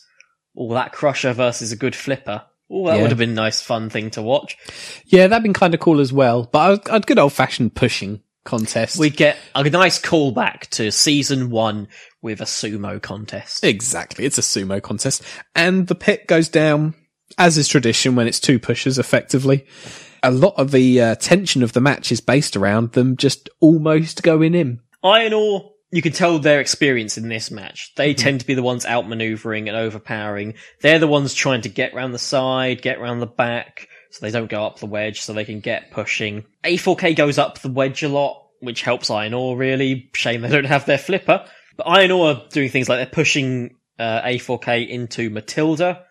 all that crusher versus a good flipper. Oh, that Yeah. would have been a nice, fun thing to watch. Yeah, that'd been kind of cool as well. But I'd good old fashioned pushing contest. We'd get a nice callback to season one with a sumo contest. Exactly. It's a sumo contest. And the pit goes down, as is tradition, when it's two pushers, effectively. A lot of the uh, tension of the match is based around them just almost going in. Iron Ore, you can tell their experience in this match. They tend to be the ones outmaneuvering and overpowering. They're the ones trying to get round the side, get round the back, so they don't go up the wedge, so they can get pushing. A4K goes up the wedge a lot, which helps Iron Ore really. Shame they don't have their flipper. But Iron Ore are doing things like they're pushing uh, A4K into Matilda.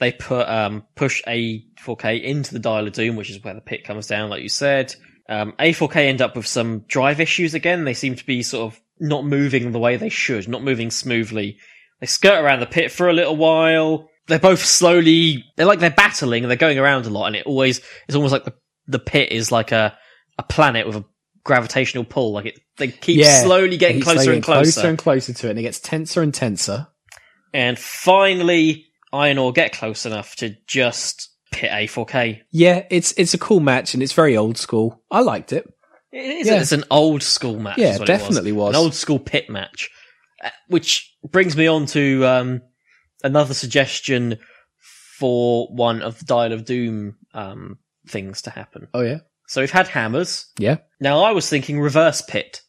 They put um, push A4K into the Dial of Doom, which is where the pit comes down, like you said. Um, A4K end up with some drive issues again. They seem to be sort of not moving the way they should, not moving smoothly. They skirt around the pit for a little while. They're both slowly. They're like they're battling and they're going around a lot, and it always it's almost like the the pit is like a a planet with a gravitational pull. Like it, they keep slowly getting Keeps closer slowly and closer. closer and closer to it, and it gets tenser and tenser. And finally, Iron Ore get close enough to just pit A4K. Yeah, it's it's a cool match and it's very old school. I liked it. It is. Yeah. It's an old school match. Yeah, is what definitely it was. was. An old school pit match. Uh, Which brings me on to um, another suggestion for one of the Dial of Doom um, things to happen. Oh yeah. So we've had hammers. Yeah. Now I was thinking reverse pit.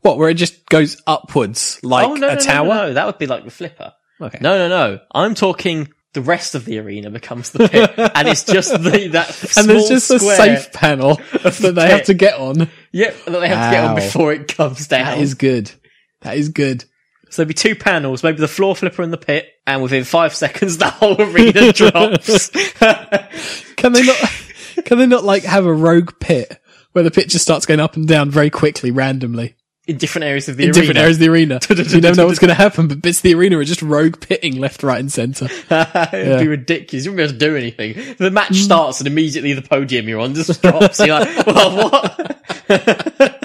What? Where it just goes upwards like oh, no, a no, no, tower? No, no, that would be like the flipper. Okay. No, no, no. I'm talking the rest of the arena becomes the pit, and it's just the that small and there's just a square safe panel of the that they have pit. to get on. Yep, that they have to get Wow. on before it comes down. That is good. That is good. So there'd be two panels, maybe the floor flipper and the pit, and within five seconds the whole arena drops. Can they not? Can they not like have a rogue pit where the pit just starts going up and down very quickly, randomly in different areas of the in arena. different areas of the arena? you never know what's going to happen, but bits of the arena are just rogue pitting left, right, and centre. It'd be ridiculous. You wouldn't be able to do anything. The match Mm. starts and immediately the podium you're on just drops. You're like, well, what?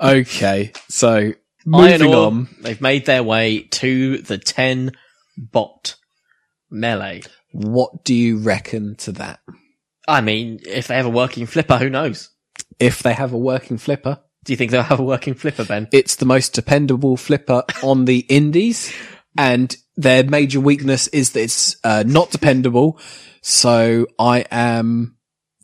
okay, so Iron moving Ore, on. They've made their way to the 10 bot melee. What do you reckon to that? I mean, if they have a working flipper, who knows? If they have a working flipper, do you think they'll have a working flipper, Ben? It's the most dependable flipper on the indies, and their major weakness is that it's uh, not dependable. So I am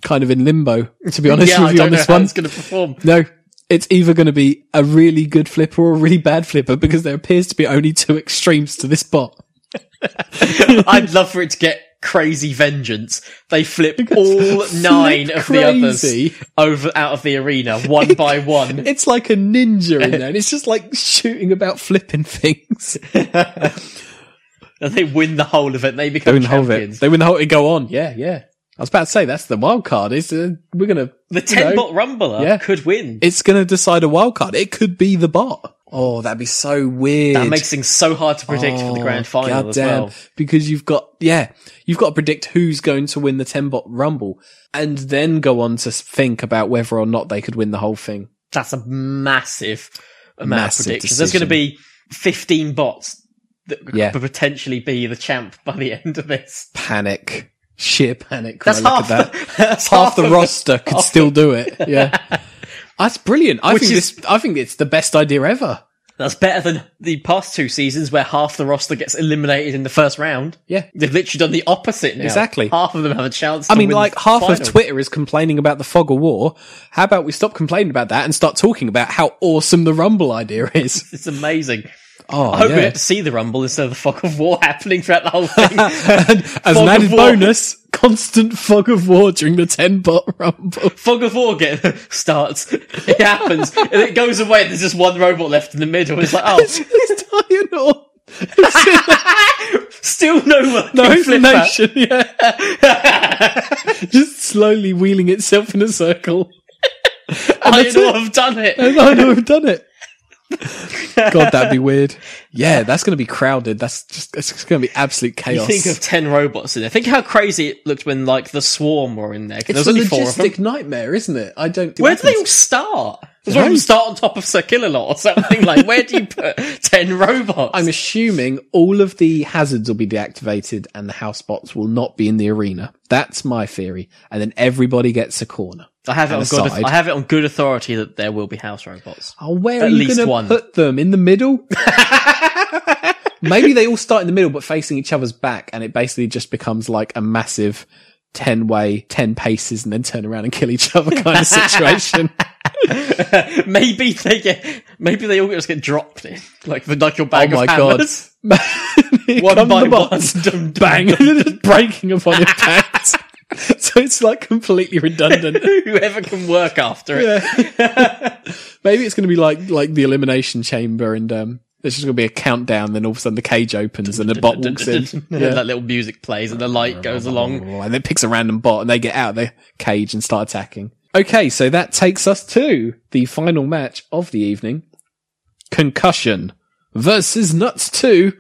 kind of in limbo, to be honest yeah, with I you don't on know this how one. it's going to perform. No, it's either going to be a really good flipper or a really bad flipper because there appears to be only two extremes to this bot. I'd love for it to get crazy vengeance. They flip all nine of the crazy. others over out of the arena one by one. It's like a ninja in there, and it's just like shooting about flipping things. And they win the whole of it. They They become win the whole of champions. it. They win the whole. It go on. Yeah, yeah. I was about to say that's the wild card. Is uh, we're gonna The you ten know, bot rumbler Yeah. could win. It's gonna decide a wild card. It could be the bot. Oh, that'd be so weird. That makes things so hard to predict for the Oh, grand final as goddamn. well. Because you've got yeah, you've got to predict who's going to win the ten bot rumble, and then go on to s- think about whether or not they could win the whole thing. That's a massive amount Massive of predictions. There's going to decision. be fifteen bots that Yeah. could potentially be the champ by the end of this. Panic, sheer panic. When That's I look half at the- that. that's half half the of the- roster could half still the- do it. Yeah, that's brilliant. I Which think is- this. I think it's the best idea ever. That's better than the past two seasons where half the roster gets eliminated in the first round. Yeah. They've literally done the opposite now. Exactly. Half of them have a chance. I to mean, win like the half final. of Twitter is complaining about the fog of war. How about we stop complaining about that and start talking about how awesome the Rumble idea is? It's amazing. Oh, I hope we yeah. get to see the Rumble instead of the fog of war happening throughout the whole thing. As Fog an of added war. bonus, constant fog of war during the ten bot Rumble. Fog of War get, starts. It happens. and it goes away. There's just one robot left in the middle. It's like, oh, It's Iron Ore. still no working No flipper. explanation. Yeah, just slowly wheeling itself in a circle. And I that's know it. I've done it. And I know I've done it. God, that'd be weird. Yeah, that's going to be crowded. That's just it's just going to be absolute You chaos. think of ten robots in there. Think how crazy it looked when like the swarm were in there. 'cause It's a there was only four of them. logistic nightmare, isn't it? I don't. think Where that do they all happens. start? Does one of them start on top of Sir Killalot or something? like, where do you put ten robots? I'm assuming all of the hazards will be deactivated and the house bots will not be in the arena. That's my theory. And then everybody gets a corner. I have it and on a good. side. I have it on good authority that there will be house robots. Oh, where At are you least going one. to put them in the middle? Maybe they all start in the middle, but facing each other's back, and it basically just becomes like a massive ten-way, ten paces, and then turn around and kill each other kind of situation. maybe they get. Maybe they all just get dropped in, like the like your bag Oh of my God. hammers. Come one by the bots. one, dum, dum, bang, and they're just breaking upon impact. so it's like completely redundant. Whoever can work after it. Maybe it's going to be like like the elimination chamber, and um, there's just going to be a countdown. Then all of a sudden, the cage opens and the bot walks in, And Yeah. that little music plays and the light goes along. and it picks a random bot, and they get out of their cage and start attacking. Okay, so that takes us to the final match of the evening: Concussion versus Nuts Two.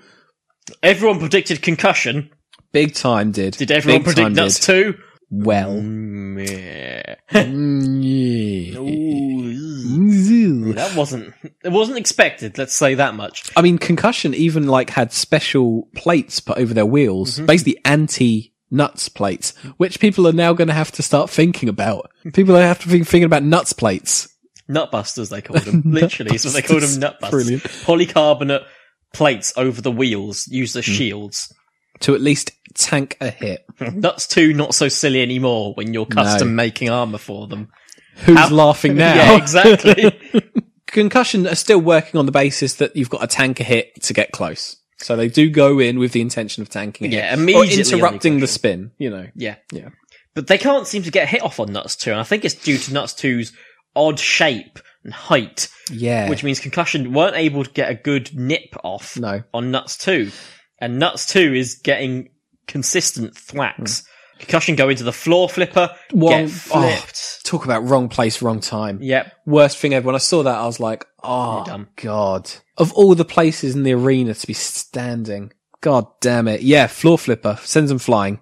Everyone predicted concussion. Big time did. Did everyone Big predict time nuts did. too? Well, Yeah. Mm, yeah. Zoo. That wasn't it wasn't expected, let's say that much. I mean, concussion even like had special plates put over their wheels, Mhm. basically anti nuts plates, which people are now going to have to start thinking about. People are have to be thinking about nuts plates. Nutbusters they called them. Literally, is what they called them Nutbusters. nutbusters. Brilliant. Hmm. Polycarbonate plates over the wheels, used as shields. to at least tank a hit. That's too not so silly anymore when you're No. custom making armor for them. Who's How- laughing now? Yeah, exactly. Concussion are still working on the basis that you've got a tank a hit to get close. So they do go in with the intention of tanking it. Yeah, immediately on the Or interrupting the spin, you know. yeah. Yeah. But they can't seem to get a hit off on Nuts 2, and I think it's due to Nuts 2's odd shape and height. Yeah. Which means Concussion weren't able to get a good nip off no. on Nuts 2. And Nuts 2 is getting consistent thwacks. Concussion go into the floor flipper, One, get flipped. oh, talk about wrong place, wrong time. Yep. Worst thing ever. When I saw that, I was like, oh, God. Of all the places in the arena to be standing. God damn it. Yeah, floor flipper. Sends them flying.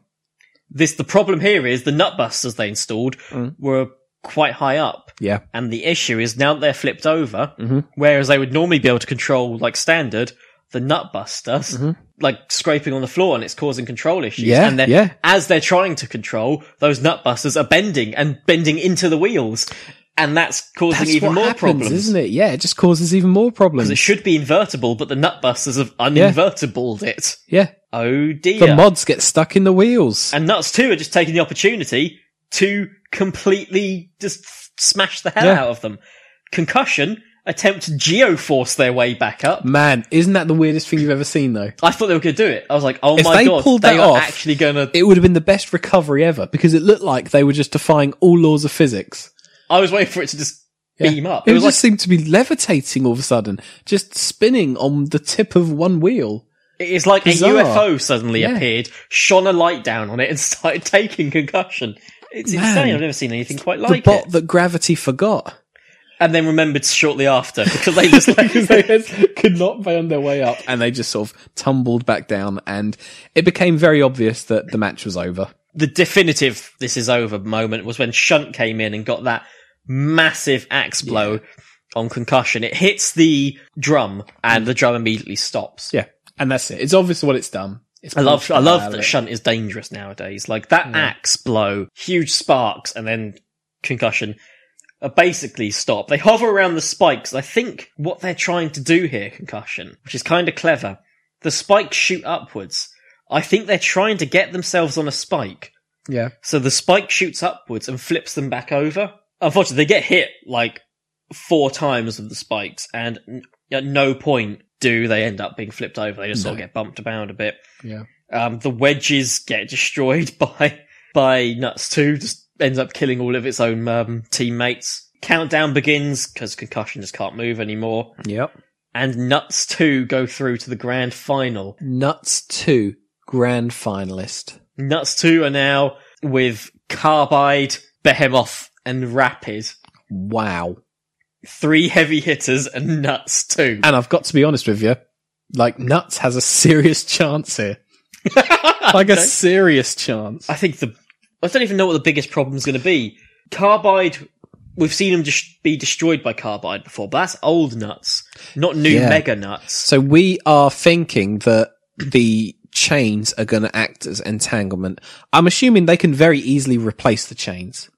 This the problem here is the nutbusters they installed were quite high up. Yeah. And the issue is now that they're flipped over, Mhm. whereas they would normally be able to control like standard, the nutbusters like scraping on the floor and it's causing control issues. Mm-hmm. Yeah, and then yeah. as they're trying to control, those nutbusters are bending and bending into the wheels. And that's causing That's even what more happens, problems. isn't it? Yeah, it just causes even more Because problems. it should be invertible, but the nutbusters have uninvertibled it. yeah. Oh dear. The mods get stuck in the wheels. And Nuts too are just taking the opportunity to completely just smash the hell Yeah. out of them. Concussion attempt to geoforce their way back up. Man, isn't that the weirdest thing you've ever seen though? I thought they were going to do it. I was like, oh if my they god, pulled they that are off, actually going to. It would have been the best recovery ever because it looked like they were just defying all laws of physics. I was waiting for it to just Yeah. beam up. It, It was just like, seemed to be levitating all of a sudden, just spinning on the tip of one wheel. it's like Bizarre. a UFO suddenly Yeah. appeared, shone a light down on it, and started taking concussion. It's Man. insane. I've never seen anything quite the like it. bot that gravity forgot. And then remembered shortly after because they just like, they just could not find their way up, and they just sort of tumbled back down, and it became very obvious that the match was over. the definitive this is over moment was when Shunt came in and got that massive axe blow on concussion. It hits the drum and the drum immediately stops. Yeah, and that's it. It's obvious what it's done. It's I love punched I out love of that it. Shunt is dangerous nowadays. Like that axe blow, huge sparks and then concussion are basically stop. They hover around the spikes. I think what they're trying to do here, concussion, which is kind of clever. The spikes shoot upwards. I think they're trying to get themselves on a spike Yeah. so the spike shoots upwards and flips them back over. Unfortunately, they get hit like four times with the spikes, and n- at no point do they end up being flipped over. They just sort of No. get bumped around a bit. Yeah. Um, the wedges get destroyed by by nuts too. Just ends up killing all of its own um, teammates. Countdown begins because concussion just can't move anymore. Yep. And nuts two go through to the grand final. Nuts two grand finalist. Nuts 2 are now with Carbide, Behemoth, and Rapid. Wow. Three heavy hitters and Nuts 2. And I've got to be honest with you, like Nuts has a serious chance here. like a serious chance. I think the. I don't even know what the biggest problem's going to be. Carbide, we've seen them just be destroyed by Carbide before, but that's old Nuts, not new Yeah. Mega Nuts. So we are thinking that the chains are going to act as entanglement. I'm assuming they can very easily replace the chains.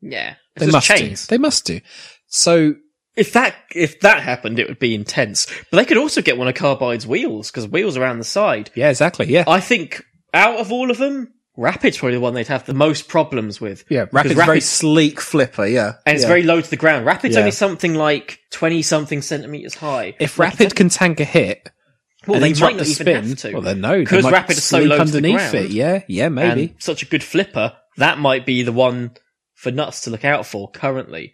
Yeah. It's They just must chains. do. They must do. So If that if that happened, it would be intense. But they could also get one of Carbide's wheels because wheels around the side. Yeah, exactly. Yeah, I think out of all of them, Rapid's probably the one they'd have the most problems with. yeah, Because Rapid's very sleek flipper. Yeah, and it's Yeah. very low to the ground. Rapid's Yeah. only something like twenty something centimeters high. If Rapid can tank a hit, Well, and they interrupt might not the even spin, have to. Well, then no, because they might Rapid is so sneak low underneath to the ground, it. Yeah, yeah, maybe. and such a good flipper that might be the one for Nuts to look out for currently.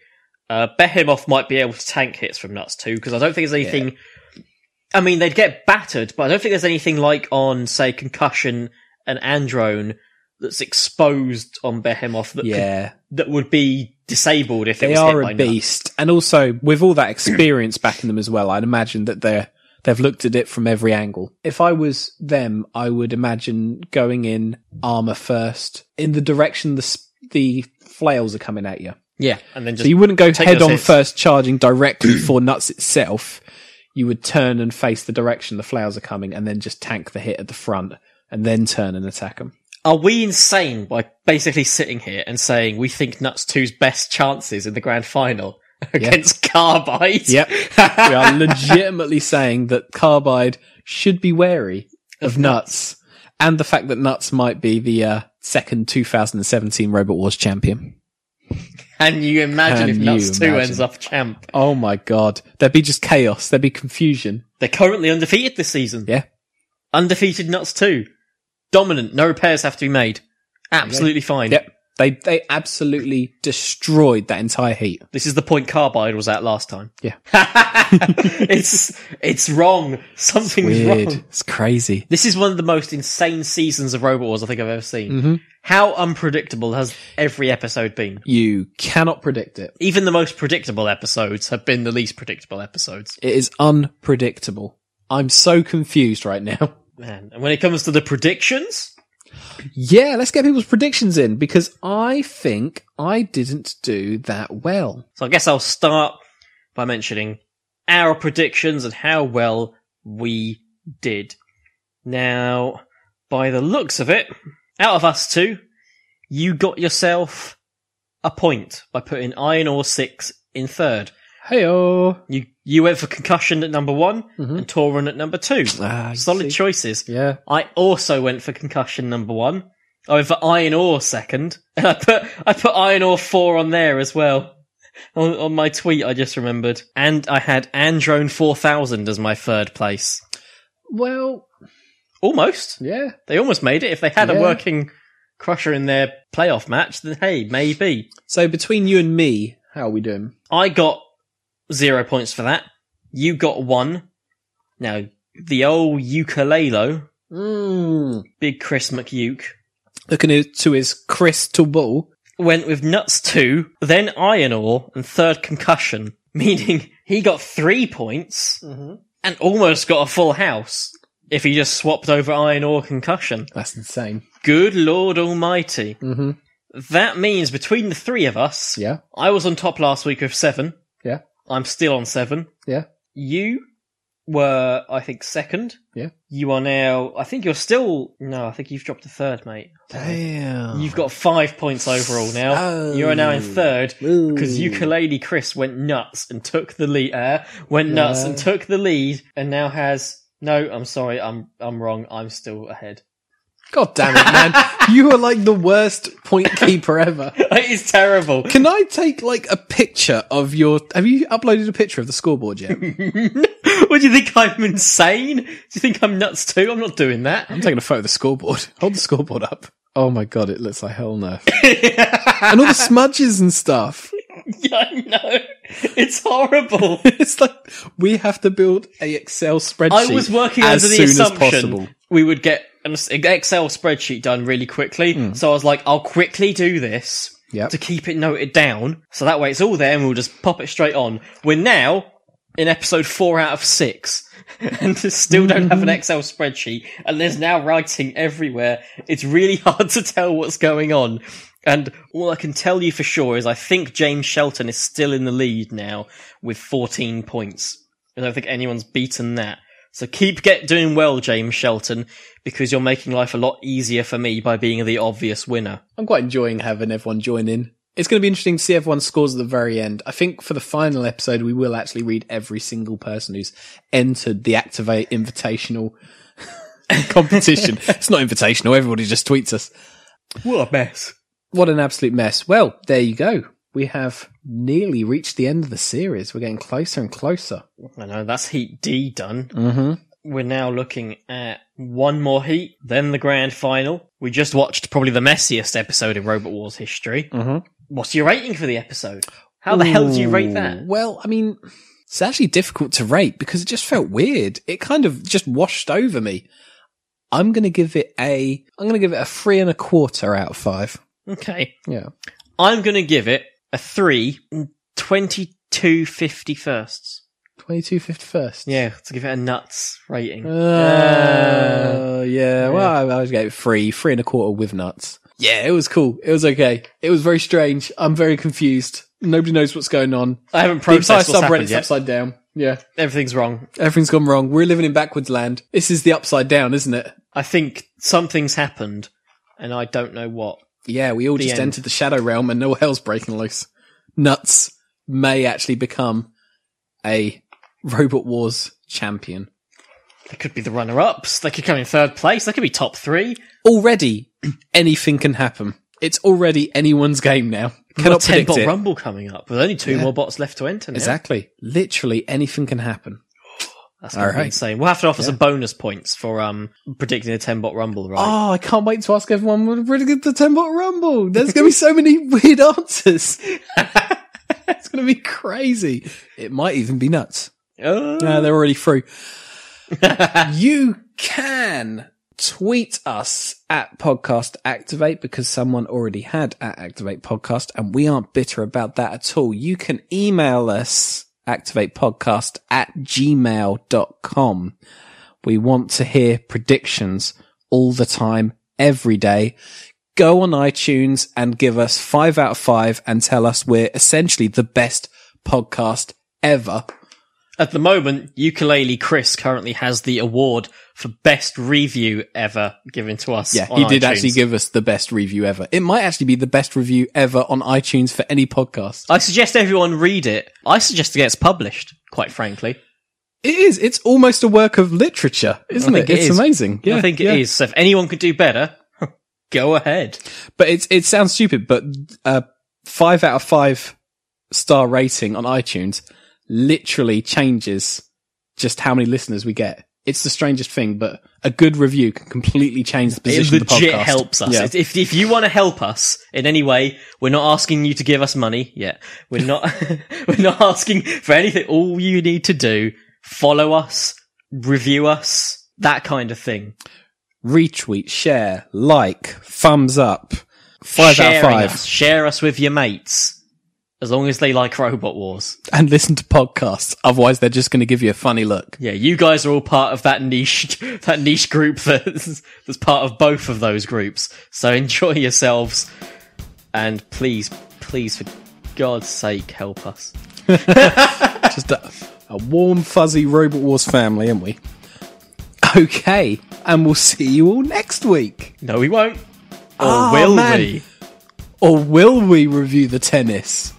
Uh, Behemoth might be able to tank hits from Nuts too because I don't think there's anything. I mean, they'd get battered, but I don't think there's anything like on say concussion and Androne that's exposed on Behemoth that could- Yeah. that would be disabled if it they was hit are by a Nuts. beast, and also with all that experience backing them as well, I'd imagine that they're they've looked at it from every angle. If I was them, I would imagine going in armor first in the direction the s- the flails are coming at you. Yeah, and then just so you wouldn't go take head those on hits. first, charging directly for nuts itself. You would turn and face the direction the flails are coming, and then just tank the hit at the front, and then turn and attack them. Are we insane by basically sitting here and saying we think Nuts 2's best chances in the grand final against Carbide? Yep. we are legitimately saying that Carbide should be wary of nuts. and the fact that Nuts might be the uh, second 2017 Robot Wars champion. Can you imagine if Can Nuts you 2 imagine? ends up champ? Oh my god, there'd be just chaos. There'd be confusion. They're currently undefeated this season. Yeah. Undefeated Nuts 2. Dominant. No repairs have to be made. Absolutely fine. Yep, they they absolutely destroyed that entire heat. This is the point Carbide was at last time. Yeah. it's it's wrong. Something's Weird. wrong. It's crazy. This is one of the most insane seasons of Robot Wars I think I've ever seen. Mhm. How unpredictable has every episode been? You cannot predict it. Even the most predictable episodes have been the least predictable episodes. It is unpredictable. I'm so confused right now. Man, and when it comes to the predictions, Yeah, let's get people's predictions in because I think I didn't do that well. so I guess I'll start by mentioning our predictions and how well we did. Now, by the looks of it, out of us two, you got yourself a point by putting Iron Ore 6 in third. Heyo. You you went for concussion at number one and Torun at number two. Solid choices. Yeah. I also went for concussion number one. I went for iron ore second, and I put I put iron ore four on there as well. On, on my tweet, I just remembered, and I had Androne four thousand as my third place. Well, Almost. Yeah. They almost made it. If they had Yeah. a working crusher in their playoff match, then hey, maybe. So between you and me, how are we doing? I got zero points for that. You got one. Now, the old ukulele, Mm. big Chris McUke, Looking at- to his crystal ball. went with nuts two, then iron ore, and third concussion, meaning he got three points Mm-hmm. and almost got a full house if he just swapped over iron ore concussion. That's insane. Good Lord Almighty. Mm-hmm. That means between the three of us, Yeah. I was on top last week with seven. Yeah. I'm still on seven. Yeah. You were, I think, second. Yeah. You are now. I think you're still. No, I think you've dropped to third, mate. Damn. You've got five points overall now. Oh. You are now in third because Ooh. ukulele Chris went nuts and took the lead. Uh, went nuts Yeah. and took the lead, and now has. No, I'm sorry, I'm I'm wrong. I'm still ahead. God damn it, man. you are like the worst point keeper ever. it is terrible. Can I take like a picture of your have you uploaded a picture of the scoreboard yet? what do you think? I'm insane? Do you think I'm nuts too? I'm not doing that. I'm taking a photo of the scoreboard. Hold the scoreboard up. Oh my god, it looks like hell no. and all the smudges and stuff. Yeah, I know. It's horrible. it's like we have to build a Excel spreadsheet. I was working as under the soon assumption as possible. we would get an Excel spreadsheet done really quickly. So I was like, I'll quickly do this Hmm. Yep. to keep it noted down. So that way it's all there and we'll just pop it straight on. We're now in episode four out of six and still don't Mm-hmm. have an Excel spreadsheet. And there's now writing everywhere. It's really hard to tell what's going on. And all I can tell you for sure is I think James Shelton is still in the lead now with 14 points. I don't think anyone's beaten that. So keep get doing well, James Shelton, because you're making life a lot easier for me by being the obvious winner. I'm quite enjoying having everyone join in. It's going to be interesting to see everyone scores at the very end. I think for the final episode, we will actually read every single person who's entered the Activate Invitational competition. it's not invitational. Everybody just tweets us. What a mess. What an absolute mess. Well, there you go. We have nearly reached the end of the series. We're getting closer and closer. I know that's Heat D done. Mm-hmm. We're now looking at one more Heat, then the grand final. We just watched probably the messiest episode in Robot Wars history. Mhm. What's your rating for the episode? Mm-hmm. How the hell do you rate that? Well, I mean, it's actually difficult to rate because it just felt weird. It kind of just washed over me. I'm going to give it a, I'm going to give it a three and a quarter out of five. Okay. Yeah. I'm going to give it a 3 and 22 50 firsts. 22 51st. Yeah, to give it a nuts rating. Uh, yeah. Well, I, I was getting three, three and a quarter with nuts. Yeah, it was cool. It was okay. It was very strange. I'm very confused. Nobody knows what's going on. I haven't The entire processed what's happened subreddit's yet. upside down. Yeah. Everything's wrong. Everything's gone wrong. We're living in backwards land. This is the upside down, isn't it? I think something's happened, and I don't know what. Yeah, we all The just end. entered the shadow realm and all hell's breaking loose. Nuts may actually become a Robot Wars champion. They could be the runner ups. They could come in third place. They could be top three. Already, anything can happen. It's already anyone's game now. Cannot We've got ten predict bot it. rumble coming up. With only two Yeah. more bots left to enter. Now. Exactly. Literally anything can happen. That's gonna be Alright. insane. We'll have to offer some bonus points for um predicting the ten bot rumble, right? Oh, I can't wait to ask everyone what really good the ten bot rumble. There's going to be so many weird answers. it's going to be crazy. It might even be nuts. Oh. No, they're already through. you can tweet us at podcast activate because someone already had at activate podcast and we aren't bitter about that at all. You can email us activate podcast at gmail.com. We want to hear predictions all the time, every day. Go on iTunes and give us five out of five and tell us we're essentially the best podcast ever. At the moment, Ukulele Chris currently has the award for best review ever given to us. Yeah, on he did iTunes. actually give us the best review ever. It might actually be the best review ever on iTunes for any podcast. I suggest everyone read it. I suggest it gets published. Quite frankly, It is. It's almost a work of literature, isn't I it? think It's is. amazing. Yeah, I think it is. yeah. So if anyone could do better, go ahead. But it's it sounds stupid, but uh, five out of five star rating on iTunes literally changes just how many listeners we get. It's the strangest thing, but a good review can completely change the It position of the legit podcast. helps us. Yeah. If, if you want to help us in any way, we're not asking you to give us money yet. We're not, we're not asking for anything. All you need to do, follow us, review us, that kind of thing. Retweet, share, like, thumbs up, five out of Sharing five, us. share us with your mates. As long as they like Robot Wars. and listen to podcasts. Otherwise, they're just going to give you a funny look. Yeah, you guys are all part of that niche, that niche group that's, that's part of both of those groups. So enjoy yourselves, and please, please, for God's sake, help us. just a, a warm, fuzzy Robot Wars family, aren't we? Okay, and we'll see you all next week. No, we won't. Or Oh, will man. we? Or will we review the tennis?